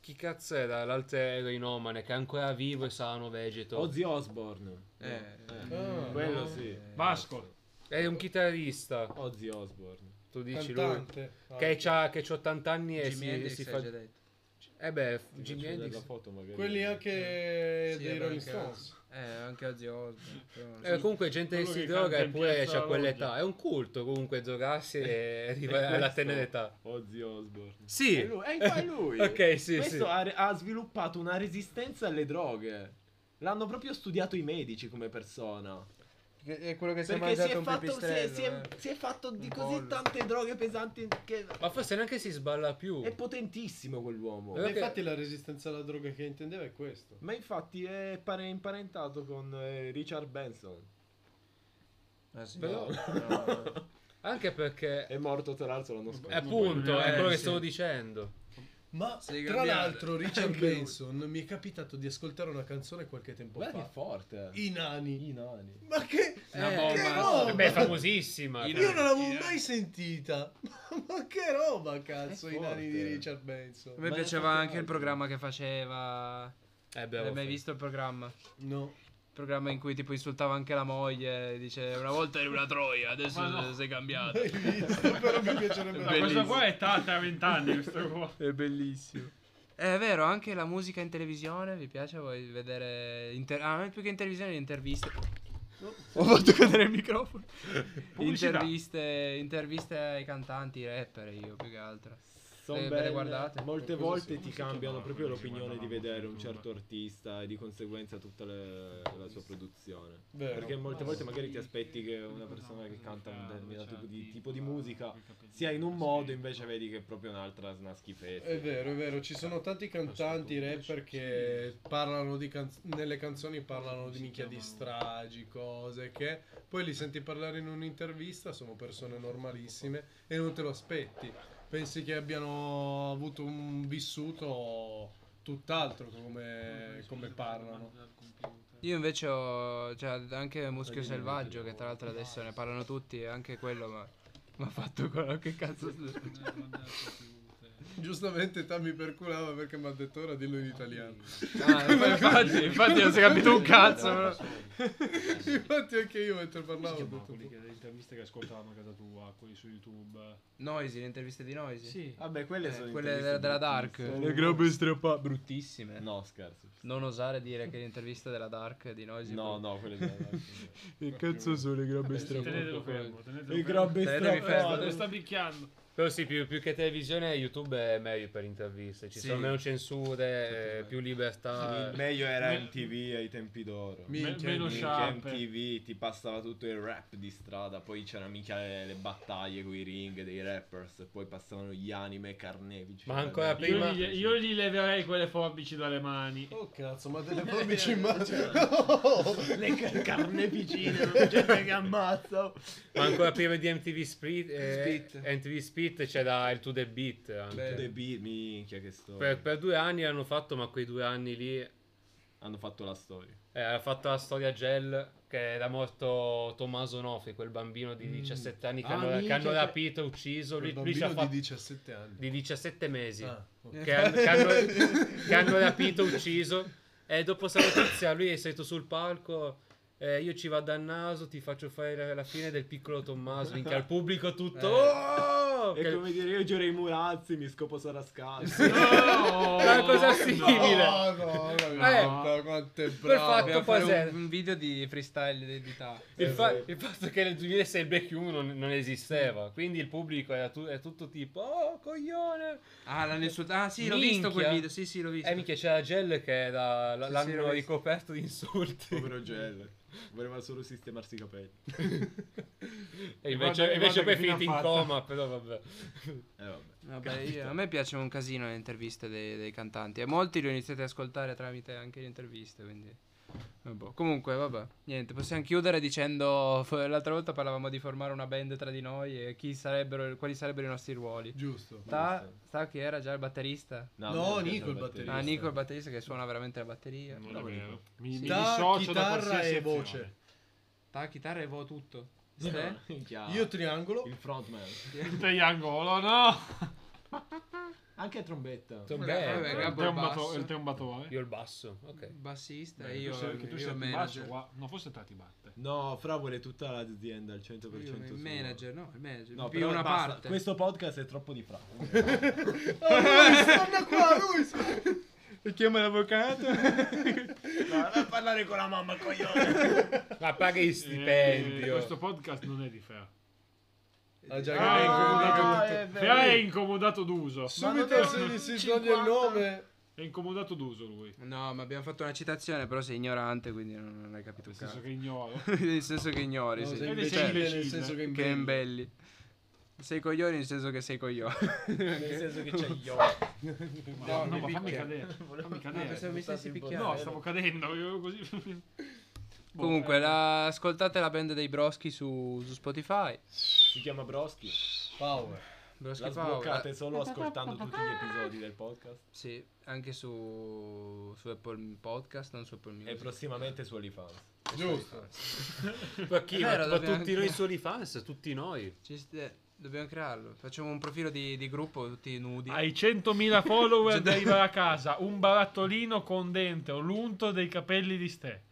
Speaker 5: Chi cazzo era l'altro eroinomane che è ancora vivo e sano, vegeto?
Speaker 4: Ozzy Osbourne.
Speaker 3: Eh,
Speaker 6: Ah,
Speaker 4: Quello
Speaker 6: no.
Speaker 4: sì.
Speaker 2: Vasco.
Speaker 5: È un chitarrista,
Speaker 4: Ozzy Osbourne.
Speaker 5: tu dici lui.
Speaker 6: Cantante. Ah,
Speaker 5: Che c'ha, che c'ho 80 anni
Speaker 4: Eh,
Speaker 5: e
Speaker 3: Jimi
Speaker 5: si,
Speaker 3: Hendrix
Speaker 5: si
Speaker 3: hai
Speaker 5: fa...
Speaker 3: già detto.
Speaker 5: Eh beh,
Speaker 4: Ti
Speaker 5: Jimi
Speaker 4: faccio vedere
Speaker 5: Hendrix...
Speaker 4: la foto magari.
Speaker 6: Quelli anche
Speaker 3: Sì, vabbè,
Speaker 6: dei Rolling
Speaker 3: anche-
Speaker 6: Stones.
Speaker 3: Eh, anche Ozzy Osbourne. però non so.
Speaker 5: Eh, comunque gente che
Speaker 2: Quello
Speaker 5: si
Speaker 2: che
Speaker 5: droga
Speaker 2: canta in
Speaker 5: eppure
Speaker 2: piazza
Speaker 5: c'ha quell'età.
Speaker 2: Loggia.
Speaker 5: È un culto comunque drogarsi e arrivare
Speaker 4: questo-
Speaker 5: alla tenera età.
Speaker 4: Ozzy Osbourne.
Speaker 5: Sì.
Speaker 4: È lui, è infatti lui.
Speaker 5: Ok, sì,
Speaker 4: Questo
Speaker 5: sì.
Speaker 4: Ha, ha sviluppato una resistenza alle droghe. L'hanno proprio studiato i medici come persona.
Speaker 3: È quello che si è
Speaker 4: Perché si
Speaker 3: mangiato
Speaker 4: è,
Speaker 3: un
Speaker 4: fatto, si, è,
Speaker 3: pipistrello.
Speaker 4: si è-
Speaker 3: eh.
Speaker 4: si è fatto
Speaker 3: Un
Speaker 4: di così
Speaker 3: bollo.
Speaker 4: tante droghe pesanti che...
Speaker 5: Ma forse neanche si sballa più.
Speaker 4: È potentissimo quell'uomo.
Speaker 5: Eh,
Speaker 6: Ma
Speaker 5: ok.
Speaker 6: infatti la resistenza alla droga che intendeva è questo.
Speaker 4: Ma infatti è pare- imparentato con eh, Richard Benson.
Speaker 3: Ah, sì?
Speaker 5: Però-
Speaker 3: No, no.
Speaker 5: Anche perché...
Speaker 4: È morto tra l'altro l'anno
Speaker 5: Eh,
Speaker 4: scorso.
Speaker 5: Appunto, è
Speaker 3: Eh,
Speaker 5: quello che
Speaker 3: sì.
Speaker 5: stavo dicendo.
Speaker 6: Ma
Speaker 3: Sei
Speaker 6: tra
Speaker 3: cambiato.
Speaker 6: l'altro Richard
Speaker 3: Anche lui.
Speaker 6: Benson mi è capitato di ascoltare una canzone qualche tempo
Speaker 4: Guarda che
Speaker 6: fa.
Speaker 4: forte.
Speaker 6: I nani.
Speaker 4: I nani.
Speaker 6: Ma che...
Speaker 3: Una
Speaker 2: Eh,
Speaker 6: che
Speaker 3: bomba.
Speaker 6: roba!
Speaker 5: Beh, è famosissima.
Speaker 6: Io non l'avevo mai sentita. Ma che roba, cazzo,
Speaker 4: È
Speaker 6: i nani di
Speaker 4: forte.
Speaker 6: Richard
Speaker 3: A
Speaker 6: Benson.
Speaker 3: me
Speaker 4: Ma
Speaker 3: piaceva
Speaker 4: infatti
Speaker 3: anche il
Speaker 4: no.
Speaker 3: programma che faceva.
Speaker 5: Eh, beh,
Speaker 3: L'hai
Speaker 5: vabbè.
Speaker 3: mai visto il programma? Il
Speaker 6: No.
Speaker 3: programma in cui tipo insultava anche la moglie. Dice una volta eri una troia, adesso
Speaker 2: Ma no.
Speaker 3: sei cambiato.
Speaker 6: Hai visto? Però mi piacerebbe
Speaker 2: Ma questo
Speaker 3: Bellissimo.
Speaker 2: qua è Tata a 20 anni, questo qua.
Speaker 3: È bellissimo. È vero, anche la musica in televisione vi piace? Vuoi vedere. Inter- ah, non più che in televisione, le interviste. Ho fatto cadere il microfono.
Speaker 2: Pubblicità.
Speaker 3: interviste, interviste ai cantanti, ai rapper. Io più che altro.
Speaker 4: Sono
Speaker 3: Eh, ve le
Speaker 4: belle,
Speaker 3: guardate?
Speaker 2: Cosa
Speaker 4: molte
Speaker 2: si-
Speaker 4: volte ti
Speaker 2: come si
Speaker 4: cambiano
Speaker 2: chiamava
Speaker 4: proprio
Speaker 2: quello che
Speaker 4: l'opinione di
Speaker 2: guardavamo
Speaker 4: vedere
Speaker 2: su
Speaker 4: un
Speaker 2: YouTube?
Speaker 4: certo artista e di conseguenza tutta le- la sua produzione.
Speaker 6: Vero.
Speaker 4: Perché molte
Speaker 2: Ah,
Speaker 4: volte
Speaker 2: sì. Cioè,
Speaker 4: magari ti aspetti
Speaker 2: Non
Speaker 4: che una
Speaker 2: ricordavo
Speaker 4: persona che
Speaker 2: cosa
Speaker 4: canta un
Speaker 2: faceva,
Speaker 4: determinato
Speaker 2: dove
Speaker 4: tipo
Speaker 2: c'era
Speaker 4: di,
Speaker 2: il
Speaker 4: tipo di
Speaker 2: titolo,
Speaker 4: musica
Speaker 2: quel capellino
Speaker 4: sia in un
Speaker 2: così.
Speaker 4: modo, invece vedi che è proprio un'altra una schifezza.
Speaker 6: È vero, è vero, ci sono tanti cantanti, rapper che parlano di canz- nelle canzoni parlano di minchia di stragi, cose che poi li senti parlare in un'intervista, sono persone normalissime e non te lo aspetti. Pensi che abbiano avuto un vissuto tutt'altro che
Speaker 2: Eh,
Speaker 6: come, come parlano.
Speaker 3: Io invece ho cioè, anche Muschio Selvaggio, che tra l'altro adesso ne parlano tutti, e anche quello ma mi ha fatto quello che cazzo.
Speaker 6: Giustamente Tammy perculava perché mi ha detto ora dillo in italiano.
Speaker 3: Ah, infatti, infatti non si è capito un cazzo. però.
Speaker 6: Infatti anche io mentre
Speaker 2: Come si
Speaker 6: parlavo ho
Speaker 2: chiamava
Speaker 6: detto
Speaker 2: quelli che- le interviste che ascoltavamo a casa tua, quelli su YouTube?
Speaker 3: Noisy, le interviste di Noisy?
Speaker 4: Vabbè, quelle
Speaker 3: Eh,
Speaker 4: sono
Speaker 3: quelle della,
Speaker 4: interviste
Speaker 3: della Dark.
Speaker 4: bruttissime.
Speaker 3: robe strappate, bruttissime.
Speaker 4: No, scherzo.
Speaker 3: Non osare dire che l'intervista della Dark di Noisy.
Speaker 4: No, no, quelle della Dark.
Speaker 3: Che cazzo sono le robe
Speaker 2: Tenetelo fermo, tenetelo fermo.
Speaker 4: Il grabbe
Speaker 3: Tenetevi fermo.
Speaker 2: Lo sta picchiando.
Speaker 5: Però sì, più, più che televisione, YouTube è meglio per interviste. Ci
Speaker 3: Sì.
Speaker 5: sono meno censure, più libertà.
Speaker 4: Il meglio era
Speaker 2: Eh, Me-
Speaker 4: MTV ai tempi d'oro.
Speaker 2: Me-
Speaker 6: Minchia,
Speaker 2: meno
Speaker 6: minchia,
Speaker 4: Minchia,
Speaker 2: sciarpe.
Speaker 4: MTV ti passava tutto il rap di strada, poi c'era mica le, le battaglie con i ring dei rappers, poi passavano gli anime carnefici.
Speaker 5: Ma ancora
Speaker 4: Belli.
Speaker 5: prima-
Speaker 2: Io gli, io gli leverei quelle forbici dalle mani.
Speaker 6: Oh cazzo, ma delle forbici in mano.
Speaker 4: Le ca- carneficine, la gente che ammazza.
Speaker 5: Ma ancora prima di MTV Split, eh,
Speaker 3: Split.
Speaker 5: MTV Split c'era il To The Beat. anche.
Speaker 3: Beh,
Speaker 4: The Beat, minchia che storia.
Speaker 5: Per, per due anni hanno fatto, ma quei due anni lì
Speaker 4: Hanno fatto la storia.
Speaker 5: eh, ha fatto la storia Gel che era morto Tommaso Nofi, quel bambino di 17 anni che,
Speaker 6: Ah,
Speaker 5: hanno, che
Speaker 6: minchia,
Speaker 5: hanno
Speaker 6: che-
Speaker 5: rapito e ucciso. Lui,
Speaker 6: Il
Speaker 5: lui ci ha
Speaker 6: bambino
Speaker 5: fatto
Speaker 6: di
Speaker 5: di,
Speaker 6: 17 anni.
Speaker 5: 17 mesi.
Speaker 6: Ah, ok.
Speaker 5: che, hanno, che hanno- che hanno rapito, ucciso. E dopo questa notizia lui è salito sul palco. eh, io ci vado a naso, ti faccio fare la, la fine del piccolo Tommaso. Minchia, al pubblico tutto.
Speaker 2: Eh.
Speaker 5: "Oh!"
Speaker 4: È
Speaker 5: Che-
Speaker 4: come dire io giuro ai Murazzi, mi scopo Sarascazzi.
Speaker 2: No!
Speaker 5: Una cosa
Speaker 2: No.
Speaker 5: simile.
Speaker 6: No, no,
Speaker 5: Eh,
Speaker 6: no, quanto è
Speaker 5: quel
Speaker 6: bravo.
Speaker 5: fatto
Speaker 3: Dobbiamo
Speaker 5: poi
Speaker 3: fare
Speaker 5: se-
Speaker 3: un, un video di freestyle di Tata.
Speaker 5: Il, fa-
Speaker 2: eh.
Speaker 5: il fatto che nel 2006 il Black Humor non, non esisteva, quindi il pubblico era, tu- era tutto tipo, oh coglione!
Speaker 3: Ah, l'hanno insultato. Ah, sì, l'ho
Speaker 5: Minchia.
Speaker 3: visto quel video. Sì, sì, l'ho visto.
Speaker 5: E minchia c'era Gel che era, l-
Speaker 3: Sì, sì,
Speaker 5: l'hanno
Speaker 3: l'ho visto.
Speaker 5: ricoperto di insulti.
Speaker 4: Povero Gel. Voleva solo sistemarsi i capelli.
Speaker 5: e
Speaker 2: Guarda-
Speaker 5: invece, invece
Speaker 2: guarda
Speaker 5: poi
Speaker 2: che fine
Speaker 5: è finito in
Speaker 2: ha fatto.
Speaker 5: coma, però vabbè.
Speaker 4: Eh vabbè.
Speaker 3: Vabbè, io- a me piace un casino le interviste dei, dei cantanti e molti li ho iniziati ad ascoltare tramite anche le interviste, quindi... eh, boh. Comunque, vabbè, niente, possiamo chiudere dicendo... f- L'altra volta parlavamo di formare una band tra di noi e chi sarebbero, quali sarebbero i nostri ruoli.
Speaker 6: Giusto.
Speaker 3: Sta, sta chi era già il batterista?
Speaker 6: No,
Speaker 4: mi piace
Speaker 6: Nico
Speaker 4: la
Speaker 6: il
Speaker 4: batteria.
Speaker 3: Ah, Nico il batterista che suona veramente la batteria.
Speaker 2: Non è vero. Mi, mi
Speaker 6: Da
Speaker 2: dissocio da
Speaker 6: chitarra
Speaker 2: qualsiasi
Speaker 6: e
Speaker 2: azione.
Speaker 6: voce.
Speaker 3: Ta, chitarra e vo tutto. Ste?
Speaker 4: Minchia.
Speaker 6: Io triangolo.
Speaker 4: il frontman.
Speaker 2: Il triangolo, no!
Speaker 4: Anche trombetta.
Speaker 3: Vabbè,
Speaker 5: Vabbè,
Speaker 2: il,
Speaker 3: Gabbo è
Speaker 2: trombato-
Speaker 3: basso. Eh,
Speaker 2: il trombatore.
Speaker 5: Io il basso, ok.
Speaker 3: Bassista
Speaker 2: Beh,
Speaker 3: e io,
Speaker 2: tu sei, che tu
Speaker 3: io
Speaker 2: sei più basso
Speaker 3: manager.
Speaker 2: qua. No, forse te ti batte.
Speaker 4: No, Fra vuole tutta l'azienda al 100%
Speaker 3: Io il
Speaker 4: suo.
Speaker 3: manager, no, il manager.
Speaker 4: No,
Speaker 3: più
Speaker 4: però
Speaker 3: una
Speaker 4: basta.
Speaker 3: parte.
Speaker 4: Questo podcast è troppo di Fra.
Speaker 6: Torna qua, lui.
Speaker 3: Chiama l'avvocato.
Speaker 4: a parlare con la mamma, coglione.
Speaker 5: Ma paga i
Speaker 2: Eh,
Speaker 5: stipendio.
Speaker 2: questo podcast non è di Fea.
Speaker 6: Ah, già
Speaker 2: Fea è
Speaker 6: che
Speaker 5: eh,
Speaker 2: incomodato- Fea è incomodato d'uso.
Speaker 6: Subito si, si toglie il nome.
Speaker 2: È incomodato d'uso lui.
Speaker 3: No, ma abbiamo fatto una citazione, però sei ignorante, quindi non, non hai capito
Speaker 2: Nel
Speaker 3: un
Speaker 2: senso
Speaker 3: cazzo.
Speaker 2: che ignoro.
Speaker 3: nel senso che ignori,
Speaker 6: No,
Speaker 3: sì.
Speaker 2: Eh,
Speaker 6: sei
Speaker 3: Cioè,
Speaker 2: dicevi-
Speaker 6: imbecille nel
Speaker 2: imbecille,
Speaker 6: senso che
Speaker 3: che
Speaker 6: imbelli.
Speaker 3: imbelli. Sei coglioni nel senso che sei coglioni.
Speaker 2: Eh,
Speaker 4: Nel senso che c'è io.
Speaker 2: Ma-
Speaker 3: No,
Speaker 2: No,
Speaker 3: mi
Speaker 2: ma fammi
Speaker 3: picchia.
Speaker 2: cadere. Fammi cadere.
Speaker 3: pensavo mi stessi
Speaker 2: No,
Speaker 3: picchiando.
Speaker 2: stavo cadendo. io così. Boh,
Speaker 3: Comunque,
Speaker 2: eh,
Speaker 3: la- ascoltate la band dei Broschi su, su Spotify.
Speaker 4: Si chiama Broschi.
Speaker 6: Power.
Speaker 3: Broschi
Speaker 4: La
Speaker 3: Power.
Speaker 4: sbloccate solo ascoltando tutti gli episodi del podcast.
Speaker 3: Sì, anche su, su Apple Podcast, non su Apple Music.
Speaker 4: E prossimamente su OnlyFans.
Speaker 6: Giusto.
Speaker 5: Ma chi? Ma-
Speaker 3: Vero,
Speaker 5: ma
Speaker 3: dobbiamo
Speaker 5: tutti
Speaker 3: anche-
Speaker 5: noi soli fans, tutti noi.
Speaker 3: Ci ste- dobbiamo crearlo. Facciamo un profilo di, di gruppo, tutti nudi.
Speaker 2: Ai 100.000 follower
Speaker 6: Cioè,
Speaker 2: arriva a casa un barattolino con dentro l'unto dei capelli di Ste.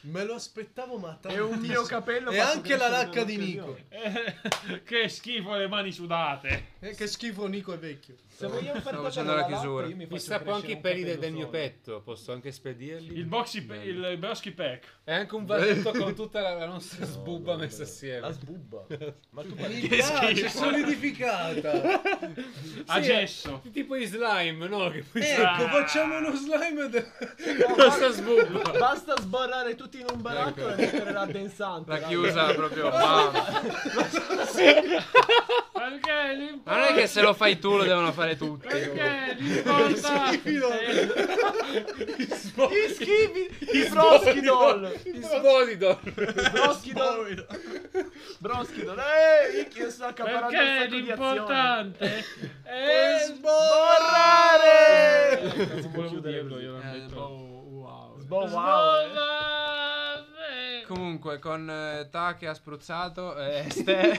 Speaker 6: Me lo aspettavo, ma tanto.
Speaker 4: capello.
Speaker 6: E anche la lacca di Nico.
Speaker 2: Eh, che schifo le mani sudate.
Speaker 6: Eh, che schifo, Nico è vecchio.
Speaker 4: Se vogliamo fare
Speaker 3: Stavo
Speaker 4: cosa
Speaker 3: facendo
Speaker 4: alla
Speaker 3: la chiusura.
Speaker 4: lacca, io
Speaker 5: Mi
Speaker 4: faccio
Speaker 5: strappo anche
Speaker 4: crescere
Speaker 5: i
Speaker 4: un
Speaker 5: peli del,
Speaker 4: capello
Speaker 5: del mio
Speaker 4: solo.
Speaker 5: petto, posso anche spedirli.
Speaker 2: Il boxy pe- il broschi pack.
Speaker 5: E anche un vasetto con tutta la, la nostra
Speaker 4: No,
Speaker 5: sbubba
Speaker 4: no,
Speaker 5: messa
Speaker 4: no. La
Speaker 5: assieme.
Speaker 4: sbubba. Ma tu
Speaker 6: Mi
Speaker 4: parli
Speaker 6: piace, solidificata.
Speaker 2: A
Speaker 5: Sì,
Speaker 2: gesso.
Speaker 5: Tipo i slime, no? Che
Speaker 4: Eh,
Speaker 5: poi
Speaker 6: Ecco,
Speaker 2: Ah.
Speaker 6: facciamo uno slime. del-
Speaker 5: la sta sbubba.
Speaker 4: Basta sbarrare tutti in un barattolo e mettere la danzante.
Speaker 3: La
Speaker 4: raga.
Speaker 3: chiusa proprio. bam.
Speaker 2: Perché gli
Speaker 3: Ma non è che se lo fai tu lo devono fare tutti.
Speaker 2: Perché gli importa? Eh,
Speaker 4: Gli schifi, i broschidol.
Speaker 5: I sbodido.
Speaker 4: Broschidol. Broschidol. Eh, Ehi, io sto accaparando un
Speaker 2: Perché
Speaker 4: sacco di azioni.
Speaker 2: l'importante Eh, è
Speaker 4: Eh, Sborrare.
Speaker 2: Non volevo dirlo, io l'ho
Speaker 3: Eh,
Speaker 2: detto.
Speaker 4: Sbo- wow.
Speaker 2: Sborrare.
Speaker 3: Comunque con eh, Ta che ha spruzzato, eh, Ste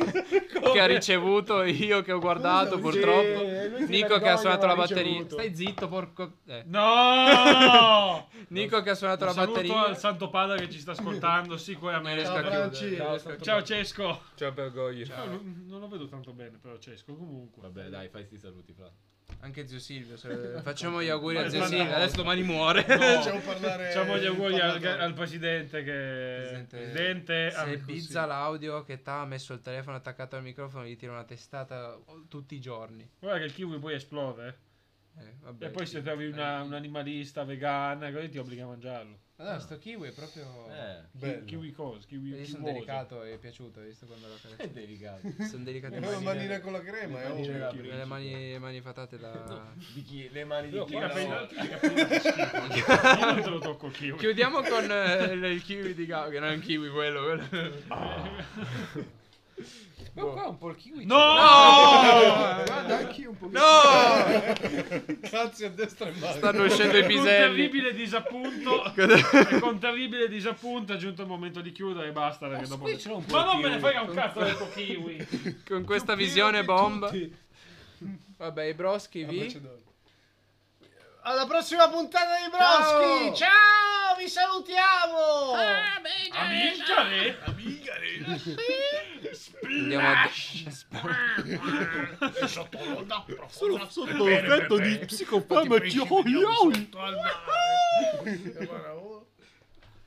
Speaker 3: che ha ricevuto, io che ho guardato
Speaker 4: Scusa,
Speaker 3: purtroppo,
Speaker 4: sì, lui si
Speaker 3: Nico che
Speaker 4: vergogna,
Speaker 3: ha suonato la
Speaker 4: ma ha
Speaker 3: batteria.
Speaker 4: ricevuto.
Speaker 3: Stai zitto, porco. eh.
Speaker 2: No!
Speaker 3: Nico che ha suonato
Speaker 2: Un
Speaker 3: la
Speaker 2: saluto
Speaker 3: batteria.
Speaker 2: al Santo Padre che ci sta ascoltando
Speaker 3: riesco
Speaker 2: sicuramente.
Speaker 3: a chiudere,
Speaker 6: Franci.
Speaker 3: non riesco a chiudere.
Speaker 2: Ciao Cesco.
Speaker 5: Ciao Bergoglio.
Speaker 4: Eh.
Speaker 2: No, non non lo vedo tanto bene però Cesco comunque.
Speaker 4: Vabbè, dai, fai sti saluti, fra.
Speaker 3: Anche zio Silvio. se- Facciamo gli auguri a
Speaker 2: Ma
Speaker 3: zio
Speaker 2: sbagliato.
Speaker 3: Silvio. Adesso domani muore.
Speaker 6: Facciamo parlare.
Speaker 2: Facciamo gli auguri al,
Speaker 6: parlare.
Speaker 2: al presidente che
Speaker 3: Eh, Presidente-
Speaker 2: Eh, presidente
Speaker 3: Se
Speaker 2: ah,
Speaker 3: pizza l'audio che t'ha messo il telefono attaccato al microfono, gli tira una testata tutti i giorni.
Speaker 2: Guarda che il kiwi poi esplode.
Speaker 3: Eh, vabbè,
Speaker 2: E poi se
Speaker 3: sì.
Speaker 2: trovi una-
Speaker 3: Eh,
Speaker 2: un animalista vegana, così ti obbliga a mangiarlo.
Speaker 3: Allora, sto kiwi è proprio.
Speaker 4: Eh,
Speaker 6: Bello.
Speaker 2: Kiwi cosa? Kiwi
Speaker 3: Io sono
Speaker 2: kiwoso.
Speaker 3: delicato e è piaciuto, hai visto quando l'ho
Speaker 4: è
Speaker 3: carezzato?
Speaker 4: delicato.
Speaker 3: Sono delicato.
Speaker 6: E poi la manina con la crema,
Speaker 4: Le manine
Speaker 6: eh,
Speaker 4: da
Speaker 6: oh.
Speaker 3: Le mani, le mani fatate da.
Speaker 4: Di chi? Le mani di
Speaker 2: Io
Speaker 4: chi?
Speaker 2: qua i capelli
Speaker 4: lavora.
Speaker 2: alti, i capelli alti schifo. Io non te lo tocco il kiwi.
Speaker 3: Chiudiamo con eh, il kiwi di Gao, che non è un kiwi quello. quello.
Speaker 5: Ma qua un po' il kiwi.
Speaker 2: No!
Speaker 8: Guarda, anch'io un po'.
Speaker 3: No!
Speaker 6: Cazzi a destra e male.
Speaker 3: Stanno uscendo i
Speaker 2: Con
Speaker 3: piselli.
Speaker 2: terribile disappunto, e con terribile disappunto è giunto il momento di chiudere e basta. Perché dopo... Ma non me ne frega un cazzo del tuo kiwi.
Speaker 3: Con questa visione bomba. Vabbè, i broschi
Speaker 6: La
Speaker 3: vi.
Speaker 6: Macedonia.
Speaker 1: Alla prossima puntata di Broschi! Ciao! Vi salutiamo!
Speaker 5: Ah!
Speaker 2: Ah, Amilcare?
Speaker 3: Andiamo a.
Speaker 8: Sono sotto l'effetto di psicofarmaci.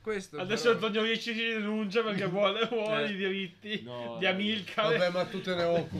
Speaker 3: Questo.
Speaker 2: Adesso Antonio Ricci si denuncia perché vuole, vuole i diritti di Amilcare.
Speaker 6: Vabbè, ma tu te ne occupi.